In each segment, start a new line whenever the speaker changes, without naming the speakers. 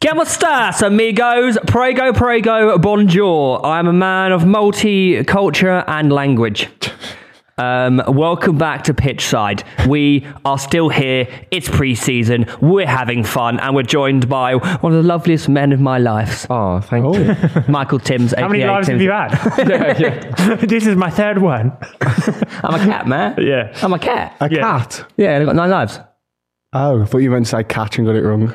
¿Cómo estás, amigos? Prego, prego, bonjour. I am a man of multi culture and language. Um, welcome back to Pitchside. We are still here. It's pre-season. We're having fun, and we're joined by one of the loveliest men of my life,
Oh, thank you.
Michael Timms.
How many lives have you had?
Yeah, yeah.
this is my third
Uh,
one. Uh,
I'm a cat, man.
Yeah.
I'm a cat.
A
Yeah.
cat?
yeah, I've got nine lives.
Oh, I thought you meant to say catch and got it wrong.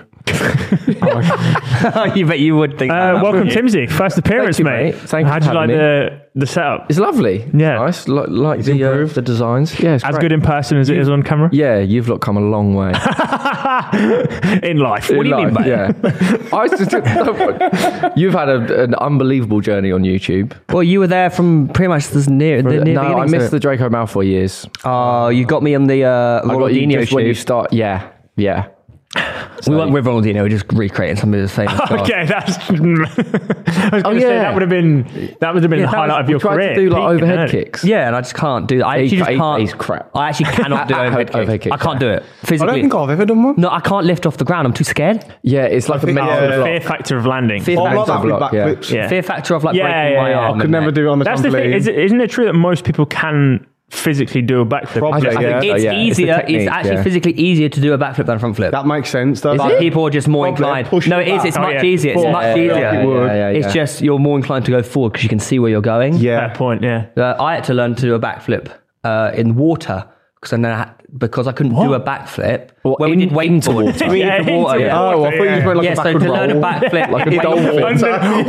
you bet you would think.
Uh,
that.
welcome, Timsy. First appearance,
you,
mate.
mate. Thank you
How'd
for
you like
having me.
the, the setup?
It's lovely.
Yeah.
Nice. Like, like the, uh, the designs. Yeah, it's
As
great.
good in person as it is on camera?
Yeah, you've lot come a long way.
in life.
In
What do you mean
life,
by that?
Yeah. I was just- you've had a, an unbelievable journey on YouTube.
Well, you were there from pretty much this near the near
no, I
beginnings of
missed
it.
the Draco Malfoy years.
Oh, you got me on the uh,
I got you
Ronaldinho
just when you
shoot.
start. Yeah, yeah.
We weren't with Ronaldinho. We're just recreating some of his famous. stuff.
Okay, that's. I was going to say
Oh. yeah.
that would have been that would have been the
That was-
highlight of
we
your
tried
career.
to do like
Peak,
overhead
innit?
kicks.
Yeah, and I just can't do that. I
He's
actually
cra-
just
he's-
can't.
he's crap.
I actually cannot do
At- at
overhead,
home- overhead
kicks.
kicks,
I can't
yeah.
do it
I
physically.
don't think I've ever done one.
no, I can't lift off the ground. I'm too scared.
Yeah, it's like a
think-
mental
yeah.
block.
Fear factor of landing.
Fear
Oh,
factor
I'm not
of
that with
block, yeah.
backflips.
Yeah.
Fear factor of like
Yeah,
breaking
yeah,
my
yeah.
arm.
I
Could
and
never
that.
do it on the
That's the thing.
trampoline.
Is, isn't it true that most people can physically do a backflip?
Probably,
Just-
yeah.
I think it's
yeah. It's the
easier. It's,
technique,
actually
yeah.
physically easier to do a backflip than a front flip.
That makes sense, though.
but people are just more
Probably
inclined.
push
No,
the
it is.
back.
It's
Oh,
much
yeah.
easier. It's
Yeah,
much
yeah,
easier.
yeah, yeah, yeah,
It's
yeah.
just you're more inclined to go forward because you can see where you're going.
yeah.
Fair point. Yeah.
Uh, I had to learn to do a backflip uh, in water because I know how- because I couldn't do a backflip when we
in-
did wakeboarding.
water.
We
Yeah,
did water,
into
yeah.
Oh, I thought you just went like
yeah,
a
so
backward
to
roll.
learn a backflip,
Like a
in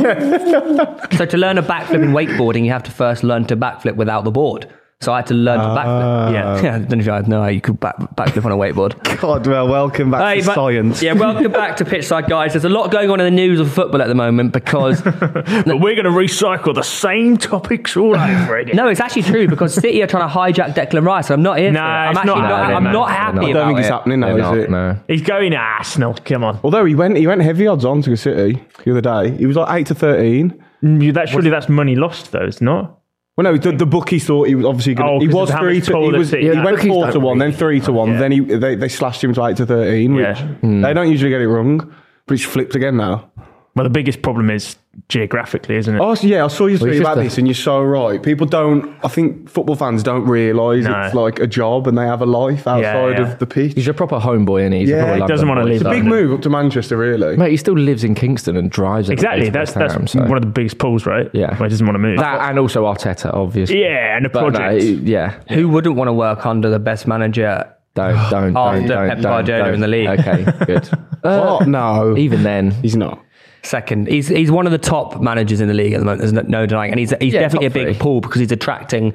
dolphin.
So to learn a backflip in wakeboarding, you have to first learn to backflip without the board. So I had to learn
Ah.
to backflip.
Yeah.
Yeah, I don't know if you guys know how you could back, backflip on a wakeboard.
God, well, welcome back
Hey,
to
but-
science.
Yeah, welcome back to Pitchside, guys. There's a lot going on in the news of football at the moment because
But we're going to recycle the same topics all over again.
no, it's actually true because City are trying to hijack Declan Rice. and I'm not here.
No,
for it. I'm
it's
actually
not
not.
happening,
I'm
man.
not
They're
happy.
not. I
don't think
about
it's
it.
happening now,
They're
is
not,
it?
No.
He's going to Arsenal. Come on.
Although he went, he went heavy odds on to City the other day. He was like eight to thirteen.
Mm, You- That surely that's money lost, though, it's not.
Well, no, the, the bookies thought he was obviously going.
Oh,
to he
'cause
was
of how
three
much
to. He,
taller
was,
City-
he
Yeah.
went
Bookies
four
don't
to one, then three to one,
Yeah.
then he they, they slashed him to eight to thirteen, which
Yeah.
they don't usually get it wrong, but it's flipped again now.
Well, the biggest problem is geographically, isn't it?
Oh so yeah, I saw you
it's
tweet
just
about
a-
this, and you're so right. People don't. I think football fans don't realise
No.
it's like a job, and they have a life outside
yeah.
of the pitch.
He's a proper homeboy, and he's
Yeah,
a proper
he
London
doesn't wanna
boy,
leave
so-
that.
Big move up to Manchester, really.
Mate, he still lives in Kingston and drives. every day
exactly.
to
That's
West
that's
Ham, so-
one of the biggest pulls, right?
Yeah.
Where he doesn't want to move.
that, and also Arteta, obviously.
yeah, and a
But no,
project.
yeah,
Who wouldn't want to work under the best manager?
don't, don't,
After Pep
don't, don't, don't,
Guardiola
don't.
in Oh, the league.
Okay, good.
What? No,
Even then,
he's not.
Second, he's he's one of the top managers in the league at the moment. There's no, no denying, and he's he's
Yeah,
definitely a
top
big
three.
pull because he's attracting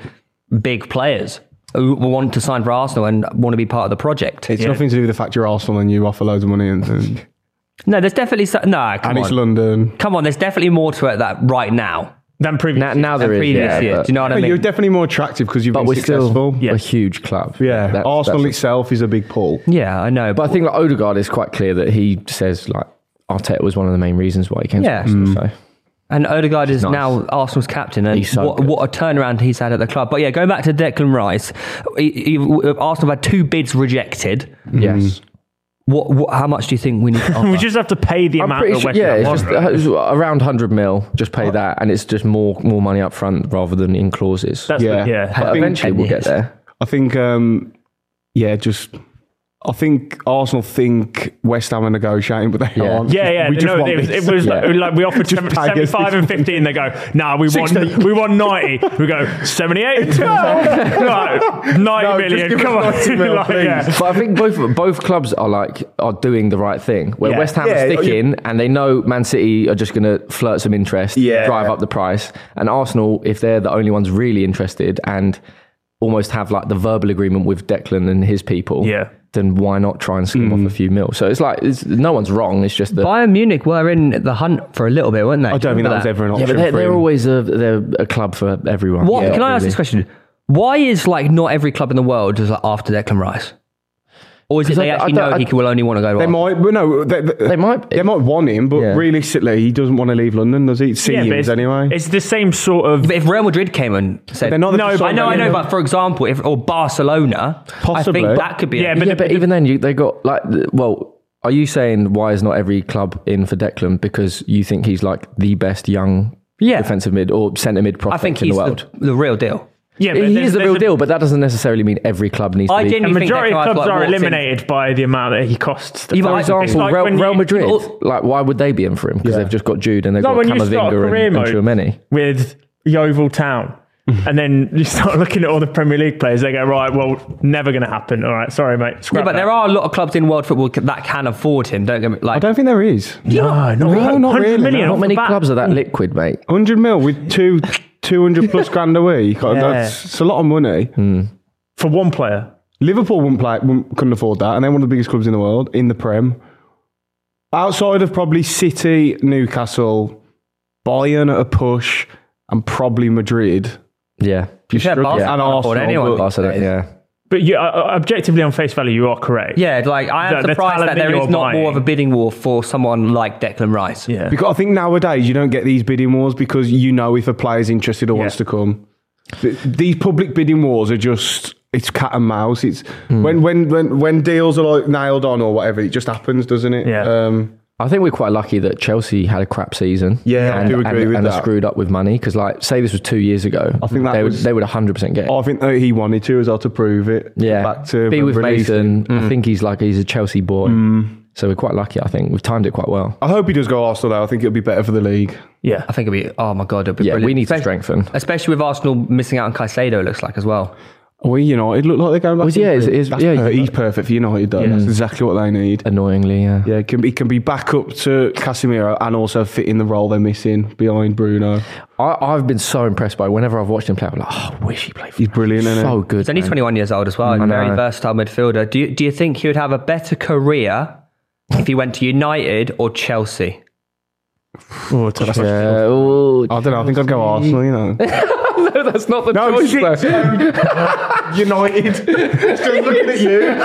big players who want to sign for Arsenal and want to be part of the project.
It's nothing to do with the fact you're Arsenal and you offer loads of money and and,
No, there's definitely so, no. Come
and it's
on,
London.
come on. There's definitely more to it that right now
than previous.
now, now
than
there is.
previous
yeah,
years.
but-
Do you know what I
But
mean?
you're definitely more attractive because you've
but
been
we're
successful.
still a huge club.
yeah,
That's-
Arsenal
that's-
itself is a big pull.
yeah, I know.
but
But
I think like Odegaard is quite clear that he says like Arteta was one of the main reasons why he came.
Yeah.
to
Mm.
Arsenal, so.
and Odegaard is
nice.
now Arsenal's captain, and
He's so
what,
good.
what a turnaround he's had at the club. But yeah, going back to Declan Rice, he, he, Arsenal had two bids rejected.
Mm.
Yes,
What, what? How much do you think we need? To offer?
we just have to pay the
I'm
amount
pretty
that
sure.
West
Yeah,
Ham
it's
want,
just
right?
uh, it's around hundred mil. Just pay that, and it's just more more money up front rather than in clauses.
That's
Yeah.
The, yeah.
I
But
think-
eventually, we'll get there.
I think, um, yeah, just I think Arsenal think West Ham are negotiating, but they
Yeah.
aren't.
Yeah, yeah.
We just
no,
want
it was,
this.
it was like,
Yeah.
like we offered
Just
seven-
pay us
75 and 15. They go, nah, we want,
68.
we want 90. We go, 78. no, 90
No, just
million.
give us
Come on.
90 mil,
Like, yeah.
But I think both both clubs are like are doing the right thing. Where
Yeah.
West Ham
Yeah,
are
you-
sticking, and they know Man City are just going to flirt some interest,
Yeah.
drive up the price, and Arsenal, if they're the only ones really interested, and almost have like the verbal agreement with Declan and his people,
Yeah.
Then why not try and skim
Mm.
off a few mil? So it's like it's, no one's wrong. It's just that.
Bayern Munich were in the hunt for a little bit, weren't they?
I don't think that was ever an
Yeah,
option
but they're,
for
they're
him.
always a they're a club for everyone.
What?
Yeah,
can I ask
really.
this question? Why is like not every club in the world is like after Declan Rice, or is it
'Cause
they
I- I
actually
don't-
know he
I-
can- will only want to go to?
They
Arsenal?
might, but no, they, they,
They might be.
They might want him, but
Yeah.
realistically, he doesn't want to leave London, does he? It
Yeah,
seems
but it's,
anyway.
it's the same sort of.
But if Real Madrid came and said,
They're not the
no,
sort
I
of
know, I know,
manager.
but for example, if or Barcelona, I
Possibly.
think that could be.
Yeah,
it.
but
yeah, but even then, you, they got like, the- well, Are you saying why is not every club in for Declan because you think he's like the best young
Yeah.
defensive mid or centre mid
I
prospect
think
in
he's
the
the,
world?
the, real deal.
Yeah, but
he
there's-
is the
there's
real
a-
deal, but that doesn't necessarily mean every club needs to
I
be.
didn't
A majority
think
of
that
clubs
guy's, like,
are
walked in-
eliminated by the amount that he costs.
You
For
might-
example,
like
Real,
when you-
Real Madrid.
Well-
like, why would they be in for him? Because
Yeah.
they've just got Jude and they've
Like
got
when you start a
Camavinga
career
and, and
mode
Tchouameni.
with Yeovil Town, and then you start looking at all the Premier League players. They go right, well, never going to happen. All right, sorry, mate. Scrap
Yeah, but
that.
there are a lot of clubs in world football that can afford him. Don't get me
I
like.
don't think there is.
no, no,
No, not really, no.
Not many clubs are that
Mm.
liquid, mate.
100 mil with two 200 plus grand a week. That's it's a lot of money.
for one player.
Liverpool wouldn't play, wouldn't, couldn't afford that, and they're one of the biggest clubs in the world in the Prem. Outside of probably City, Newcastle, Bayern at a push, and probably Madrid.
Yeah.
You
fair,
struggle-
Barca can't
and
afford
Arsenal,
anyone.
but-
Barcelona, yeah.
But you, uh, objectively, on face value, you are correct.
Yeah, like I am
The- the
surprised
talent
that
that
there is
you're
not more
buying.
of a bidding war for someone like Declan Rice.
yeah.
Because I think nowadays you don't get these bidding wars because you know if a player's interested or wants
Yeah.
to come. Th- These public bidding wars are just it's cat and mouse. It's when when when when deals are like nailed on or whatever, it just happens, doesn't it?
Yeah.
Um,
I think we're quite lucky that Chelsea had a crap season.
Yeah, I
and,
do agree
and,
with
and are
that.
screwed up with money because, like, say this was two years ago, I
think that
they would
was-
they would 100 percent get. It.
I think that he wanted to as well to prove it.
yeah,
Back to Mm.
be with
release.
Mason. I think he's like he's a Chelsea boy,
Mm.
so we're quite lucky. I think we've timed it quite well.
I hope he does go Arsenal though. I think it'll be better for the league.
yeah.
I think it'd be. Oh my god, it'd be
Yeah,
brilliant.
we need to
Espe-
strengthen.
especially with Arsenal missing out on Caicedo. It looks like as well.
Well, United look like they're going back.
Well, yeah,
in for
it's-
him.
it's-
That's
yeah.
per- he's perfect for United. Though. That's exactly what they need.
Annoyingly, yeah.
Yeah, it can be can be back up to Casemiro and also fit in the role they're missing behind Bruno.
I, I've been so impressed by whenever I've watched him play. I'm like, oh, I wish he played. For
He's brilliant, isn't
so
he?
good.
He's only
man.
21 years old as well. a Very
know.
versatile midfielder. Do you, do you think he would have a better career if he went to United or Chelsea?
Oh, tough.
Yeah, oh,
I don't know. I think I'd go Arsenal. You know,
no, that's not the
No,
choice.
shit.
though.
United. Just looking at you.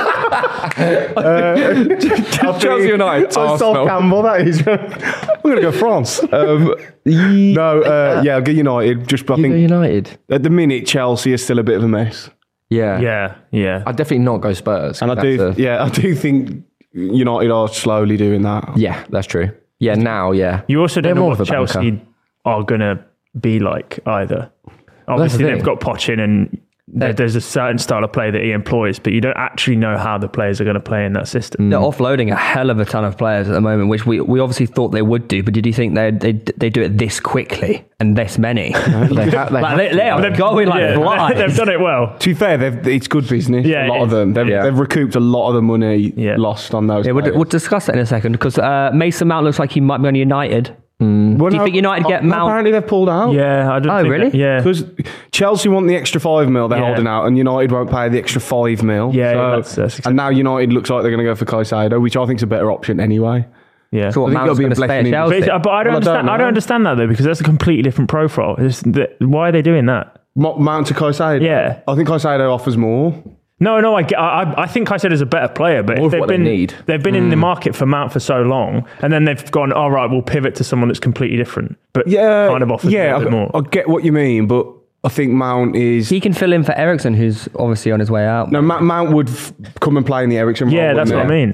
Uh,
Chelsea United,
I
Arsenal.
saw Campbell. That is. I'm gonna go France. Um, no, uh, yeah, I'll get United. Just I
You go
think
United.
at the minute Chelsea is still a bit of a mess.
Yeah,
Yeah, yeah.
I'd definitely not go Spurs.
And I
That's
do,
a-
yeah, I do think United are slowly doing that.
Yeah, that's true. Yeah, now, yeah.
You also
They're
don't know
more of
what
a banker.
Chelsea are going to be like either.
that's the
Obviously,
thing.
they've got Pochin and there- there's a certain style of play that he employs, but you don't actually know how the players are going to play in that system.
They're offloading a hell of a ton of players at the moment, which we, we obviously thought they would do. But did you think they they they do it this quickly and this many?
They ha- they
like
have
they,
to.
they are going like
Yeah,
blind.
they've done it well.
To be fair, they've, it's good business.
Yeah,
a lot
it
of
is.
them. They've,
Yeah.
they've recouped a lot of the money
Yeah.
lost on those.
Yeah, we'll,
players.
we'll discuss that in a second because uh, Mason Mount looks like he might be on United.
Well,
do you think United get Mount-
Apparently, they've pulled out.
Yeah, I don't
Oh,
think
really?
yeah.
Because Chelsea want the extra five mil they're
Yeah.
holding out, and United won't pay the extra five mil.
Yeah, yeah, that's- that's
and now United looks like they're going to go for Caicedo, which I think is a better option anyway.
Yeah.
So what,
I think it'll
Mount's
be a
going to stay at
blessing in
Chelsea.
But, it's- but I don't
Well, I don't
understand. I don't,
know.
understand that though because that's a completely different profile. It's the, why are they doing that?
Mo- Mount to Caicedo.
Yeah.
I think Caicedo offers more.
No, no. I, get- I, I- I think I said as a better player, but
More
if
of
they've
what they
been
need.
have been in the market for Mount for so long, and then they've gone. All right, we'll pivot to someone that's completely different, but
Yeah,
kind of offers a
yeah.
little bit
I,
more.
I get what you mean, but I think Mount is.
He can fill in for Ericsson, who's obviously on his way out.
No, Ma- Mount would f- come and play in the Ericsson
Yeah,
role.
that's
wouldn't
what I
he?
mean.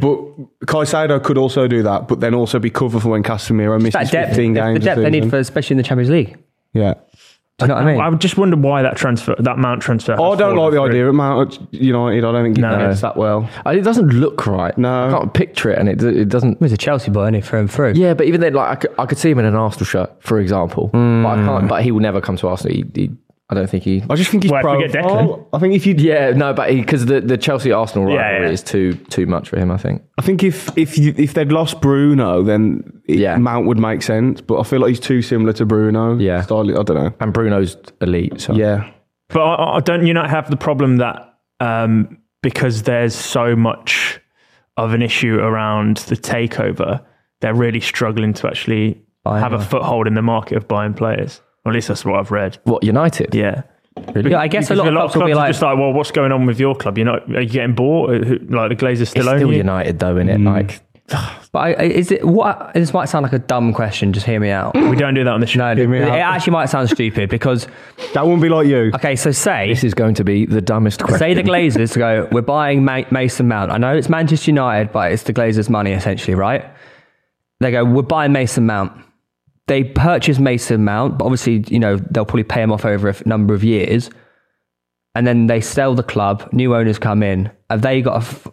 But Caicedo could also do that, but then also be cover for when Casemiro misses
that depth, the,
15 games.
the
a
depth they need
season.
for, especially in the Champions League.
yeah.
Do you know what I mean?
I would just wonder why that transfer, that Mount transfer. has
I
fallen
don't like the
through.
idea of Mount at United. I don't think he
No.
gets that well.
Uh, It doesn't look right.
No.
I can't picture it, and it, it doesn't.
He was a Chelsea boy, and he through and through.
Yeah, but even then, like I could, I could see him in an Arsenal shirt, for example. But I can't. But he will never come to Arsenal. He, he, I don't think he.
I just think he's
Well, if we
pro.
get Declan.
I think if you,
Yeah, no, but because the, the Chelsea Arsenal
Yeah,
rivalry
yeah.
is too too much for him. I think.
I think if if you, if they'd lost Bruno, then it-
Yeah.
Mount would make sense. But I feel like he's too similar to Bruno.
Yeah.
Style- I don't know.
And Bruno's elite. So.
Yeah,
But I, I don't you not have the problem that um, because there's so much of an issue around the takeover, they're really struggling to actually have a foothold in the market of buying players. Or at least that's what I've read.
What United?
Yeah.
Yeah, I guess a
Because
lot, of clubs will be
are
like,
just like, well, what's going on with your club? You're not, are you getting bought? Who- Like the Glazers still
It's
own
still
you?
Mm. United though, in it. Like
But I, I- is it what? This might sound like a dumb question. Just hear me out.
We don't do that on the show.
No,
me
it
out.
actually might sound stupid because
That wouldn't be like you.
okay, so say
This is going to be the dumbest question.
say the Glazers go. We're buying Ma- Mason Mount. I know it's Manchester United, but it's the Glazers' money essentially, right? They go. We're buying Mason Mount. They purchase Mason Mount, but obviously, you know, they'll probably pay him off over a f- number of years, and then they sell the club. New owners come in. Have they got to f-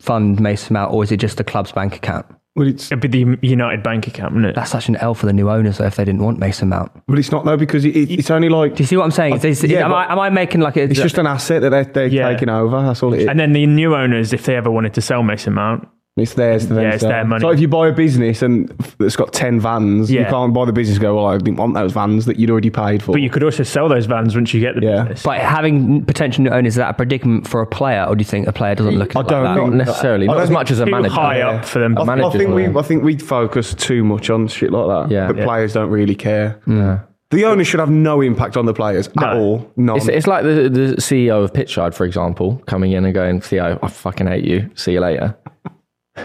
fund Mason Mount, or is it just the club's bank account?
Well, it's
It'd be the United bank account, wouldn't it?
That's such an L for the new owners, though, if they didn't want Mason Mount. Do
but it's not though because it, it, it's only like
you see what I'm saying? Is this-
Uh, yeah,
am, I,
but-
am I making like a,
it's just an asset that they're, they're
Yeah.
taking over. That's all it is.
And then the new owners, if they ever wanted to sell Mason Mount,
It's theirs. To them
Yeah, it's
sell.
their money.
So if you buy a business and f- it's got ten vans, you
Yeah.
can't buy the business. and Go well, I didn't want those vans that you'd already paid for.
but you could also sell those vans once you get the
Yeah.
business.
but having potential new owners is that a predicament for a player, or do you think a player doesn't look? at
I
it
don't
like that?
think-
not necessarily,
I
not
don't
as
think
much as a
Too
manager.
high up for them.
I, th- I
manager's
think we,
money.
I think we focus too much on shit like that.
Yeah.
but
Yeah.
players don't really care.
Yeah.
The owners should have no impact on the players at
No.
all. None.
It's, it's like the, the CEO of Pitchard, for example, coming in and going, Theo, I fucking hate you. See you later.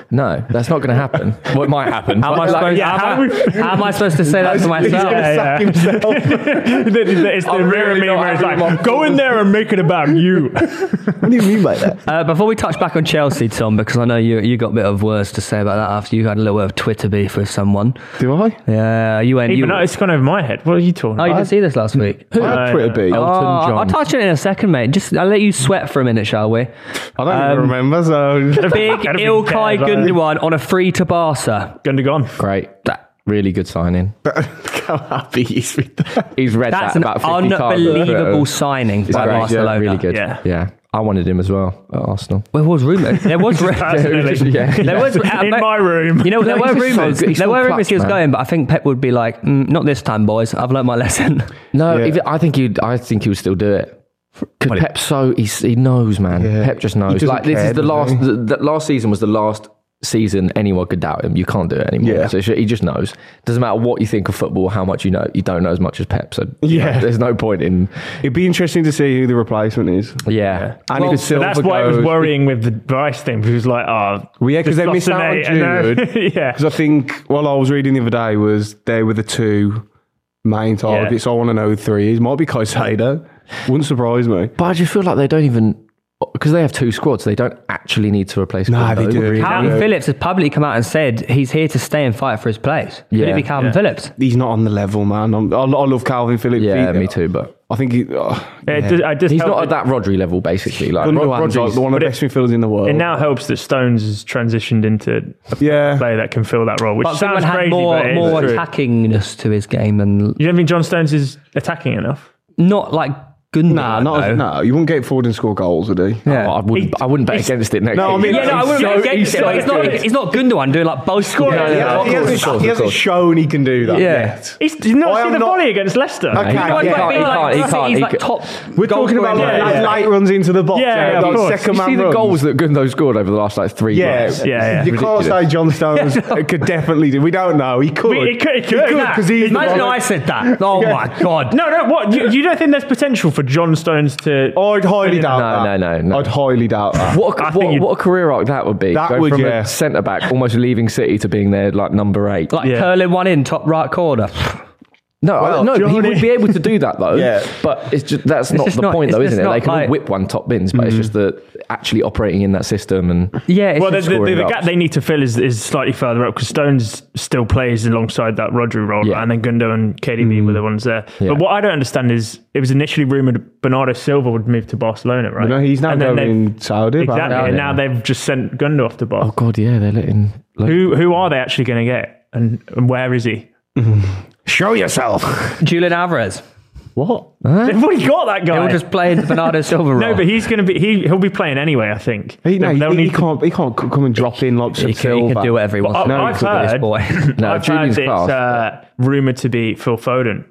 No, that's not going to happen. Well, it might happen.
How am,
but
I
like-
supposed, how,
yeah, how
am I,
we-
how am I supposed to say that to
He's
myself?
gonna sack himself.
it's the
I'm
rear
really
me
not
where it's
having
like,
my-
go in there and make it about you.
what do you mean by that?
Uh, before we touch back on Chelsea, Tom, because I know you you got a bit of words to say about that after you had a little bit of Twitter beef with someone.
Do I?
Yeah, you went. You,
Even though it's gone over my head. What are you talking
oh, you
about?
didn't see this last week.
I had
No,
Twitter
no.
beef.
Elton
Oh, I'll
John.
touch on it in a second, mate. Just I'll let you sweat for a minute, shall we?
I don't
um,
even remember. So
Big
I don't think
Ilkay
he cares,
Gundogan on a free to Barca.
Gundogan.
Great. really good signing.
how happy he is with that.
He's read
That's
that
an
about 50 times.
unbelievable signing by
Great, yeah,
Barcelona.
really good.
Yeah.
Yeah. I wanted him as well at Arsenal.
There was rumours. There was rumours.
Personally.
Yeah.
there was
In my room.
You know, there
No,
were
he's just so
rumours.
good. He's
there
so
were rumours
clutch,
he was
man.
going, but I think Pep would be like, mm, "Not this time, boys. I've learned my lesson."
No,
Yeah.
even- I think he. I think he would still do it. Because Pep so he's, he knows, man.
Yeah.
Pep just
He
knows.
doesn't
Like this
care,
is the
does he?
last. The, the last season was the last season anyone could doubt him. You can't do it anymore.
Yeah.
So he just knows. Doesn't matter what you think of football, how much you know, you don't know as much as Pep. So you know,
Yeah.
there's no point in.
It'd be interesting to see who the replacement is.
Yeah.
And
Well,
if it's
so
But
Silva
that's why it was
goes-
worrying with the Bryce thing. Because it was like, oh,
Well, yeah, 'cause they missed out on
Disgusting, eh?
Jude.
yeah.
Because I think what I was reading the other day was they were the two main targets. I want to know who three is. Might be Caicedo. Wouldn't surprise me.
But I just feel like they don't even because they have two squads. They don't actually need to replace.
Nah, they
Gundogan,
do.
really.
Calvin
Yeah.
Phillips has publicly come out and said he's here to stay and fight for his place. Could it
Yeah.
be Calvin
Yeah.
Phillips?
He's not on the level, man. I'm, I, I love Calvin Phillips.
Yeah,
He-
me too. But
I think he, oh,
It ju- I just
he's
helped
not
it-
at that Rodri level, basically. Like Rod-
Gundogan's like
Rodri's
the one of the
but
best midfielders in the world.
It now helps that Stones has transitioned into a
yeah.
player that can fill that role, which
But someone
sounds
had
crazy, but
more
it
more
is true.
attackingness to his game and
You don't think John Stones is attacking enough?
not like Gundogan.
Nah, not
though.
as, no. You wouldn't get forward and score goals, would he?
Oh, I wouldn't. I wouldn't bet against it. Next
No, I mean-
Yeah, no, I
He's
wouldn't
so-
get
he's
against it.
so
but It's not.
good.
It's not Gundogan doing like both scoring.
no, no, of
he,
course,
hasn't,
of course,
he
of
hasn't
course.
shown he can do that
Yeah.
yet.
He's, did you not
I
see
am
the
not-
volley against Leicester?
You
Okay.
know what
Yeah,
it might
he
be
can't,
like
he
City,
can't,
he's
he
like
can't.
top.
We're talking about
goal-scoring
like,
player.
yeah,
late-
yeah.
late runs into the box.
Yeah, yeah, of
those
course.
second
You
man
see the
runs.
goals that Gundo scored over the last like three
Yeah,
games.
Yeah, yeah.
You
Ridiculous.
can't say John Stones could definitely do. We don't know. He could.
But he could- he could, nah.
because he's the
Imagine
one-
I said that. Oh my god.
No, no, what? You, you don't think there's potential for John Stones to.
I'd highly doubt
No,
that.
no, no, no.
I'd highly doubt that.
What
I
a,
think
what,
you'd-
what a career arc that would be.
That
Going
would,
from
yeah.
a centre back almost leaving City to being their like number eight.
Like
Yeah.
curling one in top right corner.
no, I-
well,
no, he
Johnny-
would be able to do that though.
Yeah.
but it's just that's not
just
the
not-
point though,
it's just
isn't it? They
not
can
like-
all whip one top bins, but
Mm.
it's just that actually operating in that system and
Yeah, it's
Well, the,
just,
the, the,
scoring
the
up.
gap they need to fill is, is slightly further up because Stones still plays alongside that Rodri role,
Yeah.
and then Gundo and KDB
Mm.
were the ones there. But what I don't understand is it was initially rumored Bernardo Silva would move to Barcelona, right?
No, he's now
And then
going
they've-
in Saudi.
Exactly,
apparently.
and
Yeah.
now they've just sent Gundo off to Bar.
oh god, yeah, they're letting. Like,
Who who are they actually going to get, and, and where is he?
Show yourself.
Julian Alvarez.
What?
They've already got that guy.
He'll just play the Bernardo Silva role.
no, but he's going to be he he'll be playing anyway. I think
He, no,
They'll-
he,
they'll
he
need to-
can't. He can't c- come and drop in like
he, can, he
Silva.
can do whatever he wants.
Well,
to
I-
do
I've
with this
heard-
boy.
no,
I've heard
Julian's
it's
class.
uh, rumored to be Phil Foden.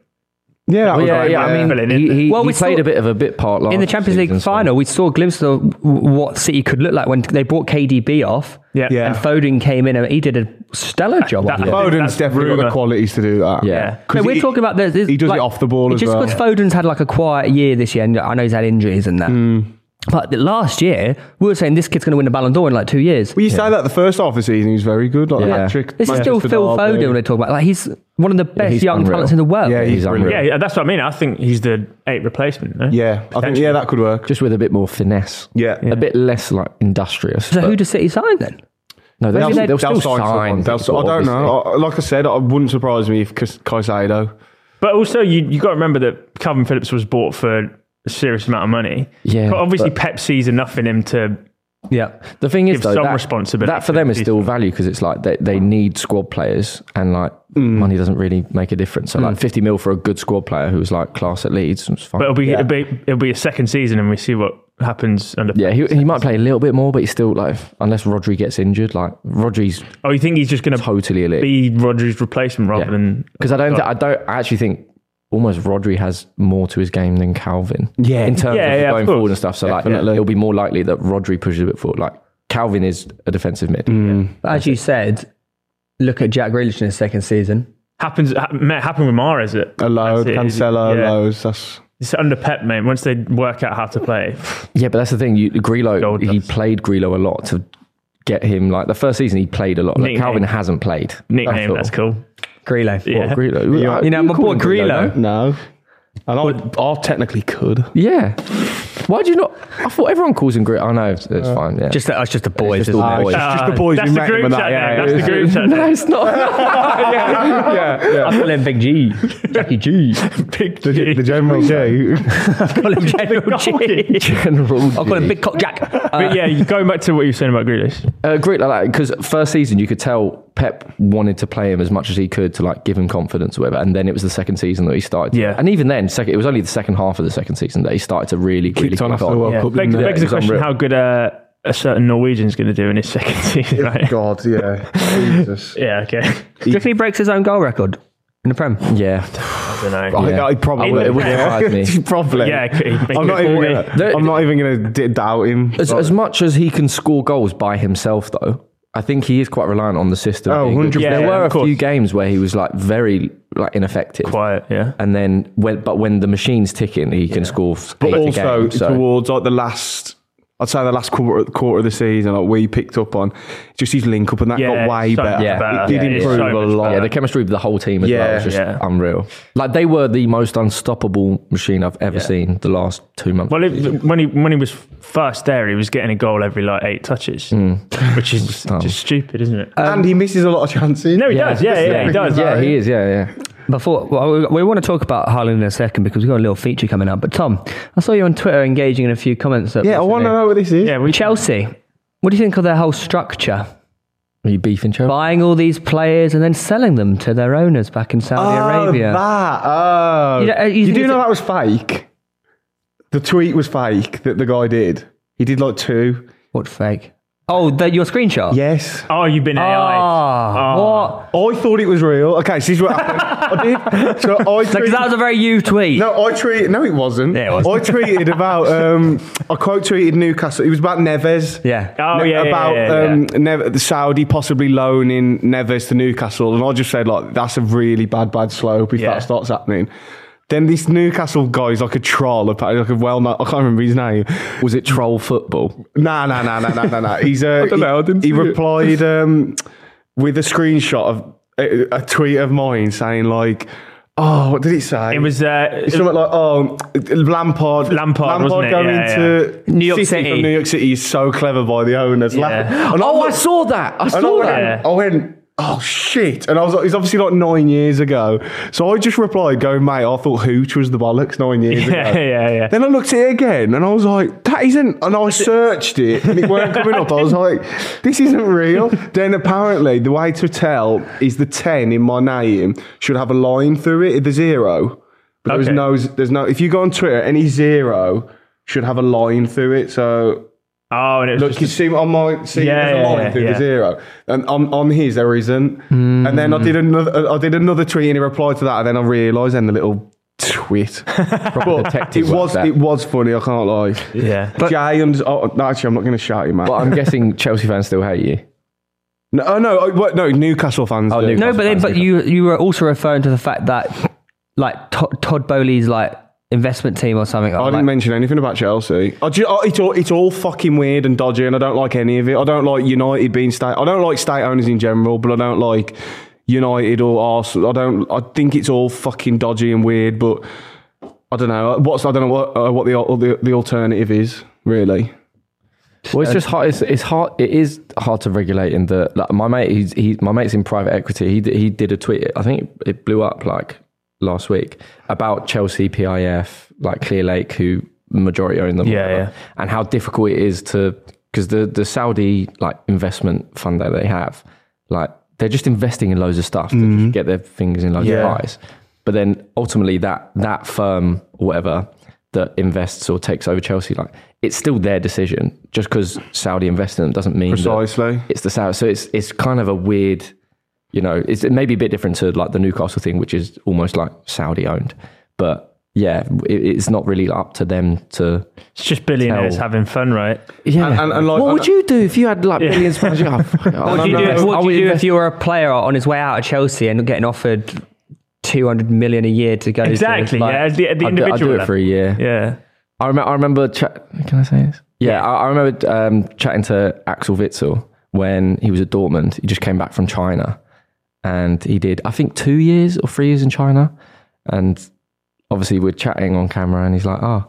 Yeah, that
Well,
was
yeah,
right,
yeah, I mean,
Filling in.
he, he,
Well,
he
we
played
saw-
a bit of a bit part last
In the Champions League
season, so-
final, we saw glimpses of w- what City could look like when they brought KDB off.
Yeah.
Yeah.
And Foden came in and he did a stellar job.
that-
on it.
I think
Foden's
that's
definitely got the
rumour.
qualities to do that.
Yeah.
No,
'Cause
we're
he-
talking about this. this-
he does it off the ball as
just
well.
because Foden's had like a quiet year this year, and I know he's had injuries and that. But last year, we were saying this kid's going to win the Ballon d'Or in like two years.
Well, you say that the first half of the season he was very good. Like
Yeah.
electric.
This is still
Manchester
Phil
derby.
Foden when they talk about. Like he's one of the best
he's
young
unreal.
talents in the world.
Yeah, he's
He's
brilliant.
unreal.
Yeah, yeah, that's what I mean. I think he's the eight replacement. No?
Yeah, I think yeah that could work.
Just with a bit more finesse.
Yeah.
A bit less like industrious.
so
but-
who does City sign then?
no, they'll,
They'll-
they'll,
they'll
still
sign someone.
sign.
They'll-
people,
I don't
obviously.
know. I, like I said, it wouldn't surprise me if Cas- Caicedo.
But also, you you got to remember that Calvin Phillips was bought for a serious amount of money.
Yeah,
but obviously
but-
Pep sees enough in him to.
Yeah.
The thing is,
give
though,
some
that,
responsibility
that for
to Mm.
them is
these
still value because it's like they, they need squad players and like
Mm.
money doesn't really make a difference. So like 50 mil for a good squad player who's like class at Leeds, it's fine.
But it'll be, it'll be it'll be a second season, and we see what happens under.
yeah, he, he might play a little bit more, but he's still like, unless Rodri gets injured, like Rodri's
Oh, you think he's just going to
totally elite.
be Rodri's replacement rather
Yeah.
than?
Because I don't, th- I don't, I actually think almost Rodri has more to his game than Calvin.
Yeah.
in terms
Yeah,
of
yeah, of
going
course.
forward and stuff. So
Definitely.
like, it'll be more likely that Rodri pushes a bit forward. Like Calvin is a defensive mid.
As you said, look at Jack Grealish in his second season.
Happens ha- mate, happened with Mares. It
A load,
That's it, is it?
Cancelo,
Yeah.
loads. That's
it's under Pep, mate. Once they work out how to play,
Yeah, but that's the thing. You, Grillo,
Gold
he
dust.
played Grillo a lot to get him. Like the first season, he played a lot. Like,
Nickname.
Calvin hasn't played. at
nickname
all.
that's cool.
Grealish.
What,
Yeah.
Grillo? uh,
Yeah.
You know, my
call
boy
him Grillo,
Grealish.
no?
no. And I, I technically could.
Yeah. Why do you not? I thought everyone calls him Grillo. I know it's,
Uh,
it's fine. Yeah.
Just, that's just the boys.
just
isn't
all
it?
boys.
It's just the boys
Uh, that's
who
the
met him
group
and that,
chat.
yeah,
name. that's
yeah,
the group chat.
no,
name.
it's not.
yeah, yeah.
I call him Big G. Jackie G.
Big
The,
G.
the general G.
I call him General G.
General
I call him Big Cock Jack. Uh,
But yeah, you- going back to what you were saying about Grealish.
uh, Grillo, like because first season you could tell Pep wanted to play him as much as he could to like give him confidence or whatever, and then it was the second season that he started.
Yeah.
and even then, second, it was only the second half of the second season that he started to really, really
Kicked on
kick
after the World
Yeah.
Cup.
Begs,
didn't
begs
it?
the question:
unreal.
How good uh, a certain Norwegian's going to do in his second season? Right?
God, yeah. Jesus.
Yeah. Okay.
do you reckon he breaks his own goal record in the Prem?
Yeah,
I don't know.
I,
Yeah.
I probably
It wouldn't surprise me.
probably.
Yeah, it could- it could
I'm not
be 40.
even gonna, I'm not even gonna d- doubt him. Oh,
As, as much as he can score goals by himself, though, I think he is quite reliant on the system.
Oh,
being good.
100%.
There
Yeah,
were
of
a few
course.
games where he was like very like ineffective,
Quiet. Yeah.
and then when but when the machine's ticking, he can score. f-
but
eight a
also
game, so-
towards like the last I'd say the last quarter, quarter of the season, like we picked up on just his link up and that
Yeah,
got way
so
better.
much better.
It did
Yeah, it's
improve
so
a
much
lot.
yeah, the chemistry of the whole team as well
Yeah.
is just
Yeah.
unreal. Like they were the most unstoppable machine I've ever seen the last two months.
Well, it, when he when he was first there, he was getting a goal every like eight touches, which is just, just stupid, isn't it?
and he misses a lot of chances.
no, he does. Yeah, yeah, he does.
Yeah, he is. Yeah, yeah.
Before well, we, we want to talk about Haaland in a second because we've got a little feature coming up. But Tom, I saw you on Twitter engaging in a few comments.
Yeah, I want to know what this is.
Yeah, we
Chelsea. What do you think of their whole structure?
Are you beefing, Joe?
Buying all these players and then selling them to their owners back in Saudi
oh,
Arabia.
that.
You
Oh. You,
know, uh, you think
do
it's
know
a-
that was fake? The tweet was fake that the guy did. He did like two.
What fake? Oh, the, your screenshot.
Yes.
Oh, you've been AI.
Ah, what?
I thought it was real. Okay, so this is what happened. I did. So I
Because
tweeted,
that was a very you tweet.
No, I tweeted. No, it wasn't.
Yeah, it was.
I tweeted about. Um, I quote tweeted Newcastle. It was about Neves.
Yeah.
Oh yeah, yeah,
about
yeah, yeah.
Um, Neve- the Saudi possibly loaning Neves to Newcastle, and I just said like that's a really bad, bad slope if
Yeah.
that starts happening. Then this Newcastle guy's like a troll, apparently, like a well-known. I can't remember his name.
Was it troll football?
Nah, nah, nah, nah, nah, nah, nah. He's uh, I
don't know, I didn't
He,
see it.
replied um, with a screenshot of a, a tweet of mine saying like, "Oh, what did it say?
It was. Uh,
It's something like, oh, Lampard.
Lampard, wasn't it?
going
Yeah,
to
New York City.
From New York City is so clever by the owners.
Yeah.
Lampard- And
Oh, I
went-
saw that. I
and I
saw
went,
that.
I went, oh, shit. And I was like, it's obviously like nine years ago. So I just replied, going, mate, I thought Hooch was the bollocks nine years
yeah,
ago.
yeah, yeah.
Then I looked at it again and I was like, that isn't. And I searched it and it weren't coming up. I was like, this isn't real. Then apparently, the way to tell is the 10 in my name should have a line through it, the zero. But
Okay.
there's no, there's no, if you go on Twitter, any zero should have a line through it. So
Oh, and it was
look, you
just,
see on my, see,
Yeah,
there's a
yeah,
line
yeah,
through
yeah.
the zero. And on, on his, there isn't. And then I did another, I did another tweet and he replied to that. And then I realised then the little twit.
Proper detective
It was
work, that.
it was funny. I can't lie.
yeah.
Jay and oh, no, actually, I'm not going to shout you, man.
But I'm guessing Chelsea fans still hate you.
no, oh, no, oh, what, no, Newcastle fans.
Oh,
do.
Newcastle.
No, but then, but you you were also referring to the fact that like Todd, Todd Bowley's like investment team or something.
I
like,
didn't mention anything about Chelsea. I ju- I- it's all it's all fucking weird and dodgy, and I don't like any of it. I don't like United being state. I don't like state owners in general, but I don't like United or Arsenal. I don't. I think it's all fucking dodgy and weird. But I don't know. What's I don't know what uh, what the, al- the the alternative is really.
Well, it's just hard. It's, it's hard. It is hard to regulate. In the like, my mate, he's, he, my mate's in private equity. He d- he did a tweet. I think it blew up like last week about Chelsea, PIF, like Clear Lake, who majority own them.
Yeah,
whatever,
yeah.
And how difficult it is to because the the Saudi like investment fund that they have, like they're just investing in loads of stuff to just get their fingers in loads
Mm-hmm. Yeah.
of pies. But then ultimately, that that firm, or whatever, that invests or takes over Chelsea, like it's still their decision. Just because Saudi invest in them doesn't mean that
Precisely.
it's the Saudi. So it's it's kind of a weird, you know, it's it may be a bit different to like the Newcastle thing, which is almost like Saudi owned. But yeah, it, it's not really up to them to.
It's just billionaires
Tell.
having fun, right?
Yeah,
And- and- and like-
what would you do if you had like billions of pounds? You're like,
What
"Oh, I
would you
don't
do,
know.
if,
I
what
would
would you do if
invest-
you were a player on his way out of Chelsea and getting offered 200 million a year to go
Exactly.
to like,
yeah, at the, at the
I'd do- I'd
individual
do it
level.
for a year.
Yeah.
I remember. I remember. Cha- Can I say this? Yeah, I, I remember um, chatting to Axel Witzel when he was at Dortmund. He just came back from China, and he did I think two years or three years in China. And obviously, we're chatting on camera, and he's like, "Oh,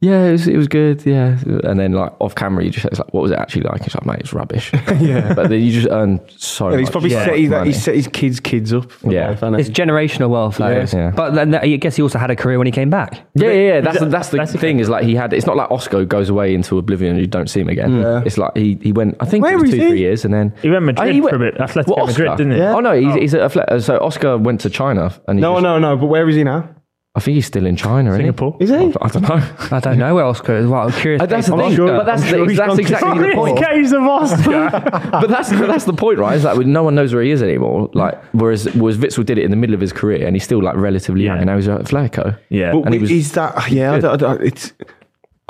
yeah, it was, it was good, yeah." And then like off camera, you just it's like, "What was it actually like?" He's like, "Mate, it's rubbish." yeah, but then you just earn so.
And
much
he's probably
yeah.
set his,
money.
he's set his kids kids up. for
Yeah.
life, hasn't he?
It's generational wealth, though.
Yeah.
Yeah.
But then I guess he also had a career when he came back.
Yeah, yeah, yeah. That's the, that's the thing is like he had. It's not like Oscar goes away into oblivion and you don't see him again. It's like he he went. I think
Where
it was
was
two
he?
three years and then
He went Madrid
Oh,
for a bit. Atletico
Well,
Madrid,
Oscar?
didn't he?
Oh no, he's, he's at Athle- so Oscar went to China and he
no,
just-
no, no. But where is he now?
I think he's still in China. isn't he?
Singapore.
Is he?
I don't know.
I don't know where Oscar is. Well, I'm curious.
that's the
I'm
thing.
sure-
But that's,
I'm sure
the,
he's
that's
gone to
exactly the
China.
point.
Games of Oscar.
But that's that's the point, right? Is that no one knows where he is anymore. Like whereas whereas Witzel did it in the middle of his career and he's still like relatively young and now he's at Flacco.
yeah.
But
And he was-
is that? Yeah, I don't- I don't- it's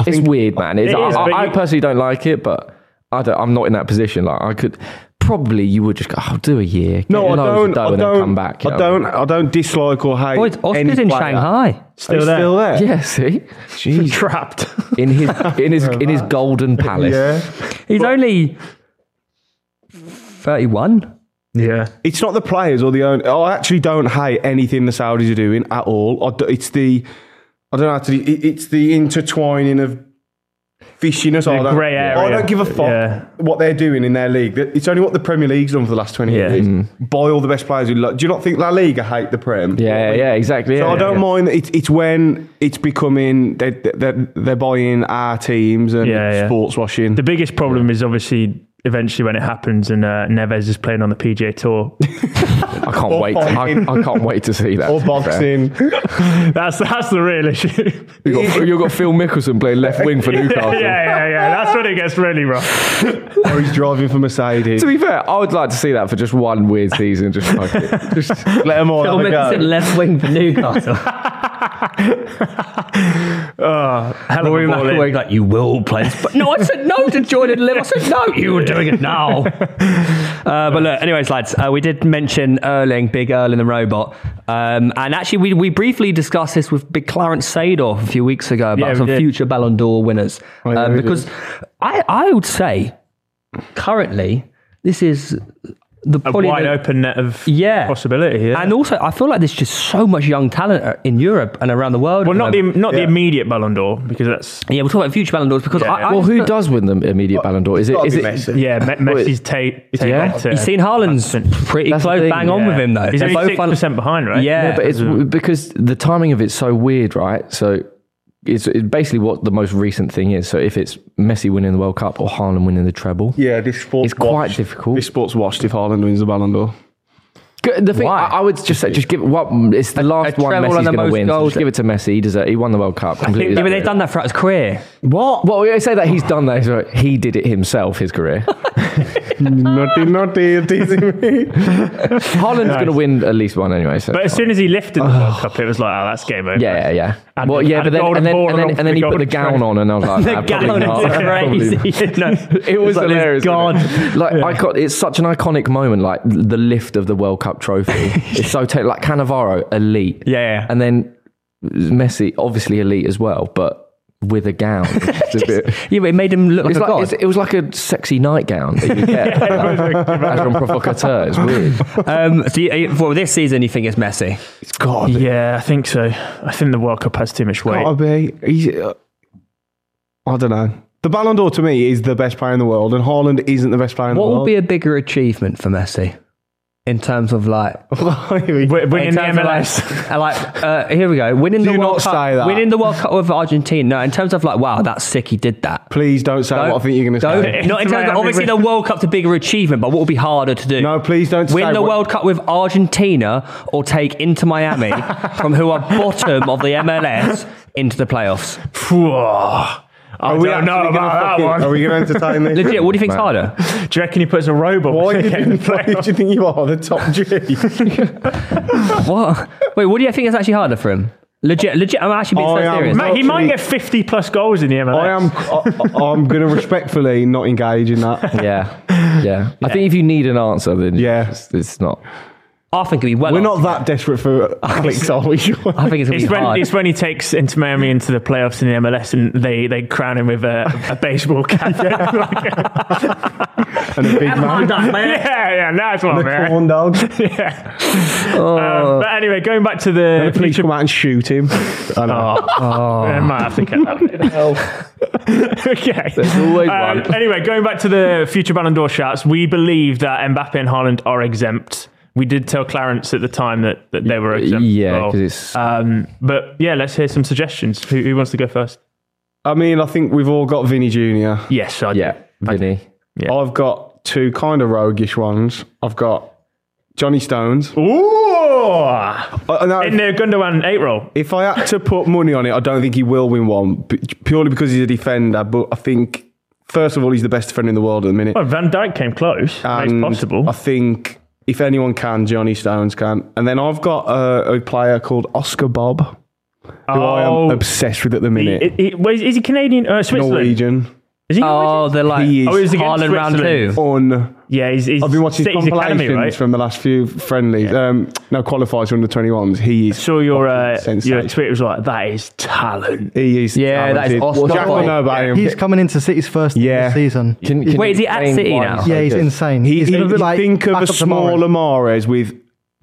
It's weird, man. It's,
It
I,
is,
I,
but
I
you-
personally don't like it, but I don't, I'm not in that position. Like I could probably you would just go, oh, do a year. get
no. I
loads
don't.
of dough
I
and then
don't.
come back. you
I
know?
don't. I don't dislike or hate.
Boys, Oh, Oscar's
any
in
player.
Shanghai.
Still
there.
Still there.
Yeah, see,
Trapped.
in his in his in his golden palace.
He's only 31.
Yeah.
It's not the players or the own. I actually don't hate anything the Saudis are doing at all. I d it's the. I don't know how to. It, it's the intertwining of fishiness. I
The
don't-
grey area.
I don't give a fuck
Yeah.
what they're doing in their league. It's only what the Premier League's done for the last twenty
Yeah.
years. By all the best players who. Lo- Do you not think La Liga hate the Prem?
Mm. Yeah, yeah, exactly.
So
yeah,
I don't
yeah.
mind. that It's it's when it's becoming they they're, they're buying our teams and
Yeah, yeah.
sports washing.
The biggest problem is obviously eventually when it happens and uh, Neves is playing on the PGA Tour.
I can't wait. To, I,
fighting.
I can't wait to see that.
or
to be fair.
boxing.
that's that's the real issue.
You've got, you've got Phil Mickelson playing left wing for
yeah,
Newcastle.
yeah, yeah. That's when it gets really rough.
or he's driving for Mercedes.
To be fair, I would like to see that for just one weird season. Just fuck it. Just
Let him all
Phil
have a
Mickelson
go.
left wing for Newcastle.
Oh, hell
Rory
of a ball in.
McIlroy like, you will play. this." But no, I said no to joining Liv. I said no, you are doing it now. Uh, but look, anyways, lads, uh, we did mention Erling, Big Erling the robot, um, and actually we, we briefly discussed this with Big Clarence Sador a few weeks ago about
Yeah, we
some
did.
future Ballon d'Or winners,
yeah,
Um,
we did.
because I I would say currently this is the
A
probably
wide
the-
open net of
Yeah.
possibility. Yeah.
And also, I feel like there's just so much young talent uh, in Europe and around the world. at
well, not
the
the
moment.
not the
Yeah.
immediate Ballon d'Or because that's
yeah. We're talking about future Ballon d'Ors because
Yeah.
I, I
well, who does win the immediate Ballon d'Or? Is it? Is it?
yeah. Me- Messi's tape.
yeah.
He's seen Haaland's pretty
That's the
close,
thing,
bang on with him though.
He's
They're
only
both
six
on-
percent behind, right?
Yeah.
Yeah, but it's because the timing of it's so weird, right? So it's, it's basically what the most recent thing is. So if it's Messi winning the World Cup or Haaland winning the treble,
Yeah, this sports
It's quite difficult.
This sports washed if Haaland wins the Ballon d'Or.
G- the thing
Why?
I, I would just say, just give it. What it's the last one
treble and
Messi's
the
going to
most
win. So
goals.
just give it to Messi. He deserves. He won the World Cup. Completely.
yeah, but they've done that throughout his career.
what? Well, we say that he's done that. so He did it himself. His career.
naughty, naughty, you're teasing me.
Haaland's going to win at least one anyway. So.
But as soon as he lifted the World Cup, it was like, oh, that's game over.
yeah, yeah, yeah.
And-
well, yeah, but
and
then
golden
and then
ball
and then,
along
and
the
then he put the
golden
gown on, and I was like,
The
nah, probably
gown
not. Probably
is
not.
crazy. no,
It was
like,
hilarious. isn't
God.
it? Like icon, it's such an iconic moment. Like the lift of the World Cup trophy. it's so te- like Cannavaro, elite.
Yeah.
And then Messi, obviously elite as well, but with a gown. It's a bit-
Yeah, but it made him look
it's
like, a
like,
god.
it's, it was like a sexy nightgown that you get as a provocateur. It's weird.
Um, so you, you- for this season, you think it's Messi?
It's got to be.
Yeah, I think so. I think the World Cup has too much weight.
Got to be. He's, uh, I don't know. The Ballon d'Or to me is the best player in the world, and Haaland isn't the best player in
What
the world.
would be a bigger achievement for Messi in terms of like
Blimey.
We're winning
in
the
terms of,
MLS.
Like, uh, like uh, here we go, winning
Do
the World
not
Cup,
say that.
winning the World Cup with Argentina. No, in terms of like, wow, that's sick. He did that.
Please don't say what I think you're going to say.
Don't, not in
It's
terms of
right,
obviously the
I'm-
World Cup's a bigger achievement, but what would be harder to do?
No, please don't say
Win the
what-
World Cup with Argentina or take into Miami from who are bottom of the MLS into the playoffs.
Phew. Oh, we don't
actually
know
gonna
about
fucking-
that
Are
one.
we going to entertain this?
Legit, what do you think's harder?
Do you reckon he puts a robe on?
Why
to
did
get
you-
in the
why
playoff?
do you think you are the top G?
What? Wait, what do you think is actually harder for him? Legit, legit. I'm actually being so
I am
serious.
mad.
Mate, he might
Actually-
get 50 plus goals in the MLS.
I am. I, I'm going to respectfully not engage in that.
Yeah. Yeah. I think if you need an answer, then
Yeah.
it's, it's not.
I think it'd be well.
We're
off.
not that desperate for Alex, are we?
I think it's gonna
It's
be hard.
when, it's when he takes Inter Miami into the playoffs in the MLS and they, they crown him with a, a baseball cap. yeah,
and a big man.
yeah, that's
The
one, man.
corn dog.
Um, but anyway, going back to
The
the
police come out and shoot him. I know.
I might have to cut that. one. okay. Um,
always one.
Anyway, going back to the future Ballon d'Or shouts, we believe that Mbappe and Haaland are exempt. We did tell Clarence at the time that, that they were exempt. as
Yeah,
well.
'cause it's-
Um, but yeah, let's hear some suggestions. Who, who wants to go first?
I mean, I think we've all got Vinny Jr.
Yes, I do.
Yeah. Vinny.
I've got two kind of roguish ones. I've got Johnny Stones.
Ooh!
Uh, no,
In the Gundogan eight roll.
If I had to put money on it, I don't think he will win one p- purely because he's a defender. But I think, first of all, he's the best defender in the world at the minute.
Well, Oh, Van Dyke came close. That's
And
possible.
I think if anyone can, Johnny Stones can. And then I've got a, a player called Oscar Bob, who I am obsessed with at the minute.
Oh. He- he- wait, is he Canadian? Uh, Switzerland?
Norwegian.
Is he
Oh,
Norwegian?
they're like
He is
Oh, he was against
Haaland round two.
Switzerland.
Un.
yeah, he's, he's
I've been watching his
City's
compilations
academy, right?
from the last few friendlies. Um, no qualifiers for under twenty ones. He is.
Saw your uh,
sensational.
your tweet was like that is talent.
He is.
Yeah, that is
talented.
Oscar
Jack
Bob.
will know about him.
He's coming into City's first
Yeah.
season.
Can, can
Wait,
you
is he at
explain
City
why
now?
he's so
yeah, he's
good?
insane.
He,
he's
he-
a bit like
think of a
backup to Mahrez.
smaller Mares with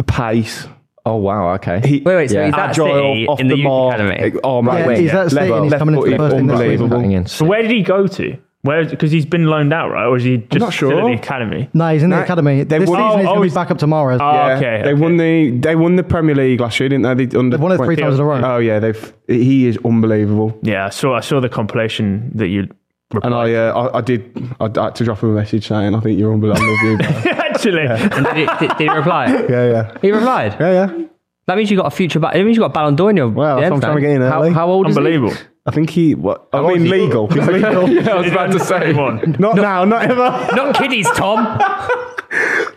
pace.
Oh, wow. Okay.
He,
Wait, wait, so he's at
agile,
City
off
in the youth
mark.
academy?
Oh my
Yeah, he's at City and he's coming into the first team this season.
Cutting
unbelievable.
in.
So where did he go to? Where because he's been loaned out, right? Or is he just
not
still
sure.
in the academy?
No, he's in the
No,
academy.
they
This
won-
season
Oh,
he's
oh,
going to
he's-
be back up to Mahrez.
Oh,
Yeah,
okay.
they
okay.
won the they won the Premier League last year, didn't they? They under,
They've won it three times in a row.
Oh yeah, they've. He is unbelievable.
Yeah, I saw I saw the compilation that you
And I, uh, I, I did. I had to drop him a message saying, "I think you're unbelievable." I love you.
actually.
And did, he, did, did he reply?
yeah, yeah,
He replied.
yeah, yeah.
That means you got a future. Ba- that means you got a Ballon d'Or in your.
Well, that's
DMs,
what I'm trying to
man.
get in
How,
early.
how old
Unbelievable.
I think he. What, I mean, legal. He's legal.
is he? I was about to say.
One.
Not now, not ever.
Not kiddies, Tom.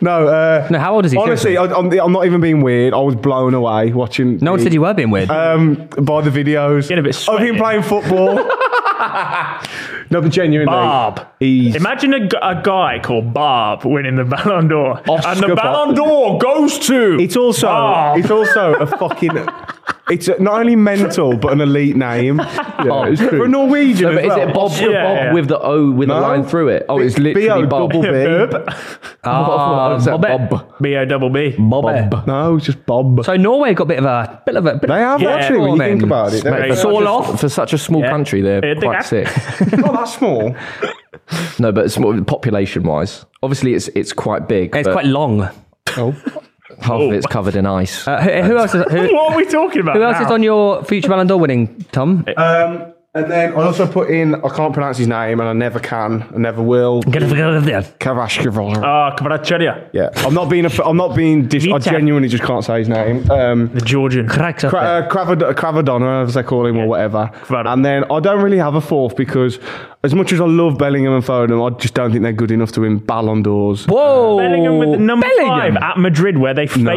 No. Uh,
No, how old is he?
honestly,
Seriously.
I, I'm, I'm not even being weird. I was blown away watching.
no one said you were being weird.
um, by the videos
Getting a bit
of
sweaty.
him playing football. no, but genuinely,
Barb.
he's
Imagine a, gu- a guy called Barb winning the Ballon d'Or,
Oscar
and the Ballon
Barb.
d'Or goes to.
it's also
Barb.
it's also a fucking. It's not only mental but an elite name. Yeah,
it's true.
For a Norwegian,
Oh, No, but
as
is
well.
it Bob,
Yeah,
Bob
yeah.
with the O with
No.
the line through it? Oh, it's
B-
literally
B-O
Bob.
double B.
Ah,
Bob. Is that
Bob.
Bob?
B O double B.
Bobby.
No, it's just Bob.
So Norway got a bit of a bit of a. Bit
they have
Yeah,
actually, when you
well
think
then.
about it,
Mate,
they're
for
It's all
such a-
off.
for such a small
Yeah.
country. They're
Yeah, I think
quite
that-
sick.
not that small.
No, but it's more population-wise. Obviously, it's it's quite big.
It's
but
quite long.
Oh. half of it's covered in ice.
Uh, who, who else is who,
What are we talking about?
who else
now?
is on your future Ballon d'Or winning, Tom?
Um, and then I also put in I can't pronounce his name, and I never can, I never will.
Oh,
Kavashkivol.
Ah, Kvaratskhelia,
Yeah, I'm not being. A, I'm not being. Dis- I
Vita.
genuinely just can't say his name. Um,
the Georgian.
Cracks
Cra- uh, Cravadonna, Cravadonna, as they call him, or whatever.
Cravadonna.
And then I don't really have a fourth because, as much as I love Bellingham and Foden, I just don't think they're good enough to win Ballon d'Ors.
Whoa!
Bellingham with the number
Bellingham.
five at Madrid, where they favour.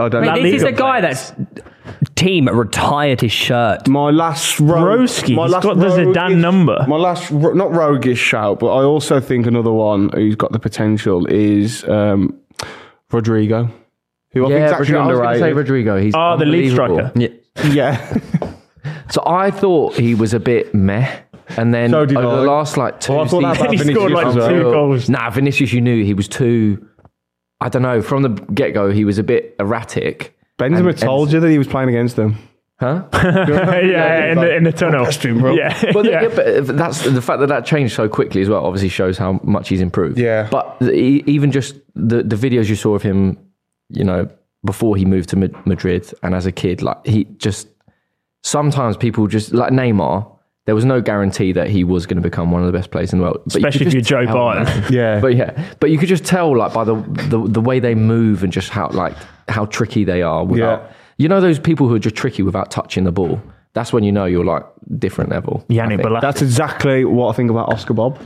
I don't
La
Mate,
think
this is
Liga
a guy
players.
that's team retired his shirt.
My last rogue,
Broski,
my
he's
last
got the Zidane
roguish-
number.
My last, ro- not roguish shout, but I also think another one who's got the potential is um, Rodrigo, who I think is actually
Rodrigo- I was gonna
underrated.
say Rodrigo. He's
Ah, the lead
unbelievable.
Yeah.
striker.
yeah,
So I thought he was a bit meh. And then
So did
over the
I.
last like two
Well, I thought that
seasons-
about
he
Vinicius
scored like
as
two
well.
goals.
Nah, Vinicius, you knew he was too. I don't know. From the get go, he was a bit erratic.
Benzema
And-
told you that he was playing against them.
Huh?
yeah, in, the, in the tunnel. Yeah,
But,
yeah.
yeah. but that's the fact that that changed so quickly as well. Obviously, shows how much he's improved.
Yeah.
But the- e- even just the the videos you saw of him, you know, before he moved to Mad- Madrid and as a kid, like he just sometimes people just like Neymar. There was no guarantee that he was going to become one of the best players in the world, but you could
Especially if
just
you're Joe
tell,
Barton.
man.
Yeah.
But yeah, but you could just tell like by the, the the way they move and just how like how tricky they are. Without,
Yeah.
You know those people who are just tricky without touching the ball. That's when you know you're like different level.
Yanni Balak.
That's exactly what I think about Oscar Bob,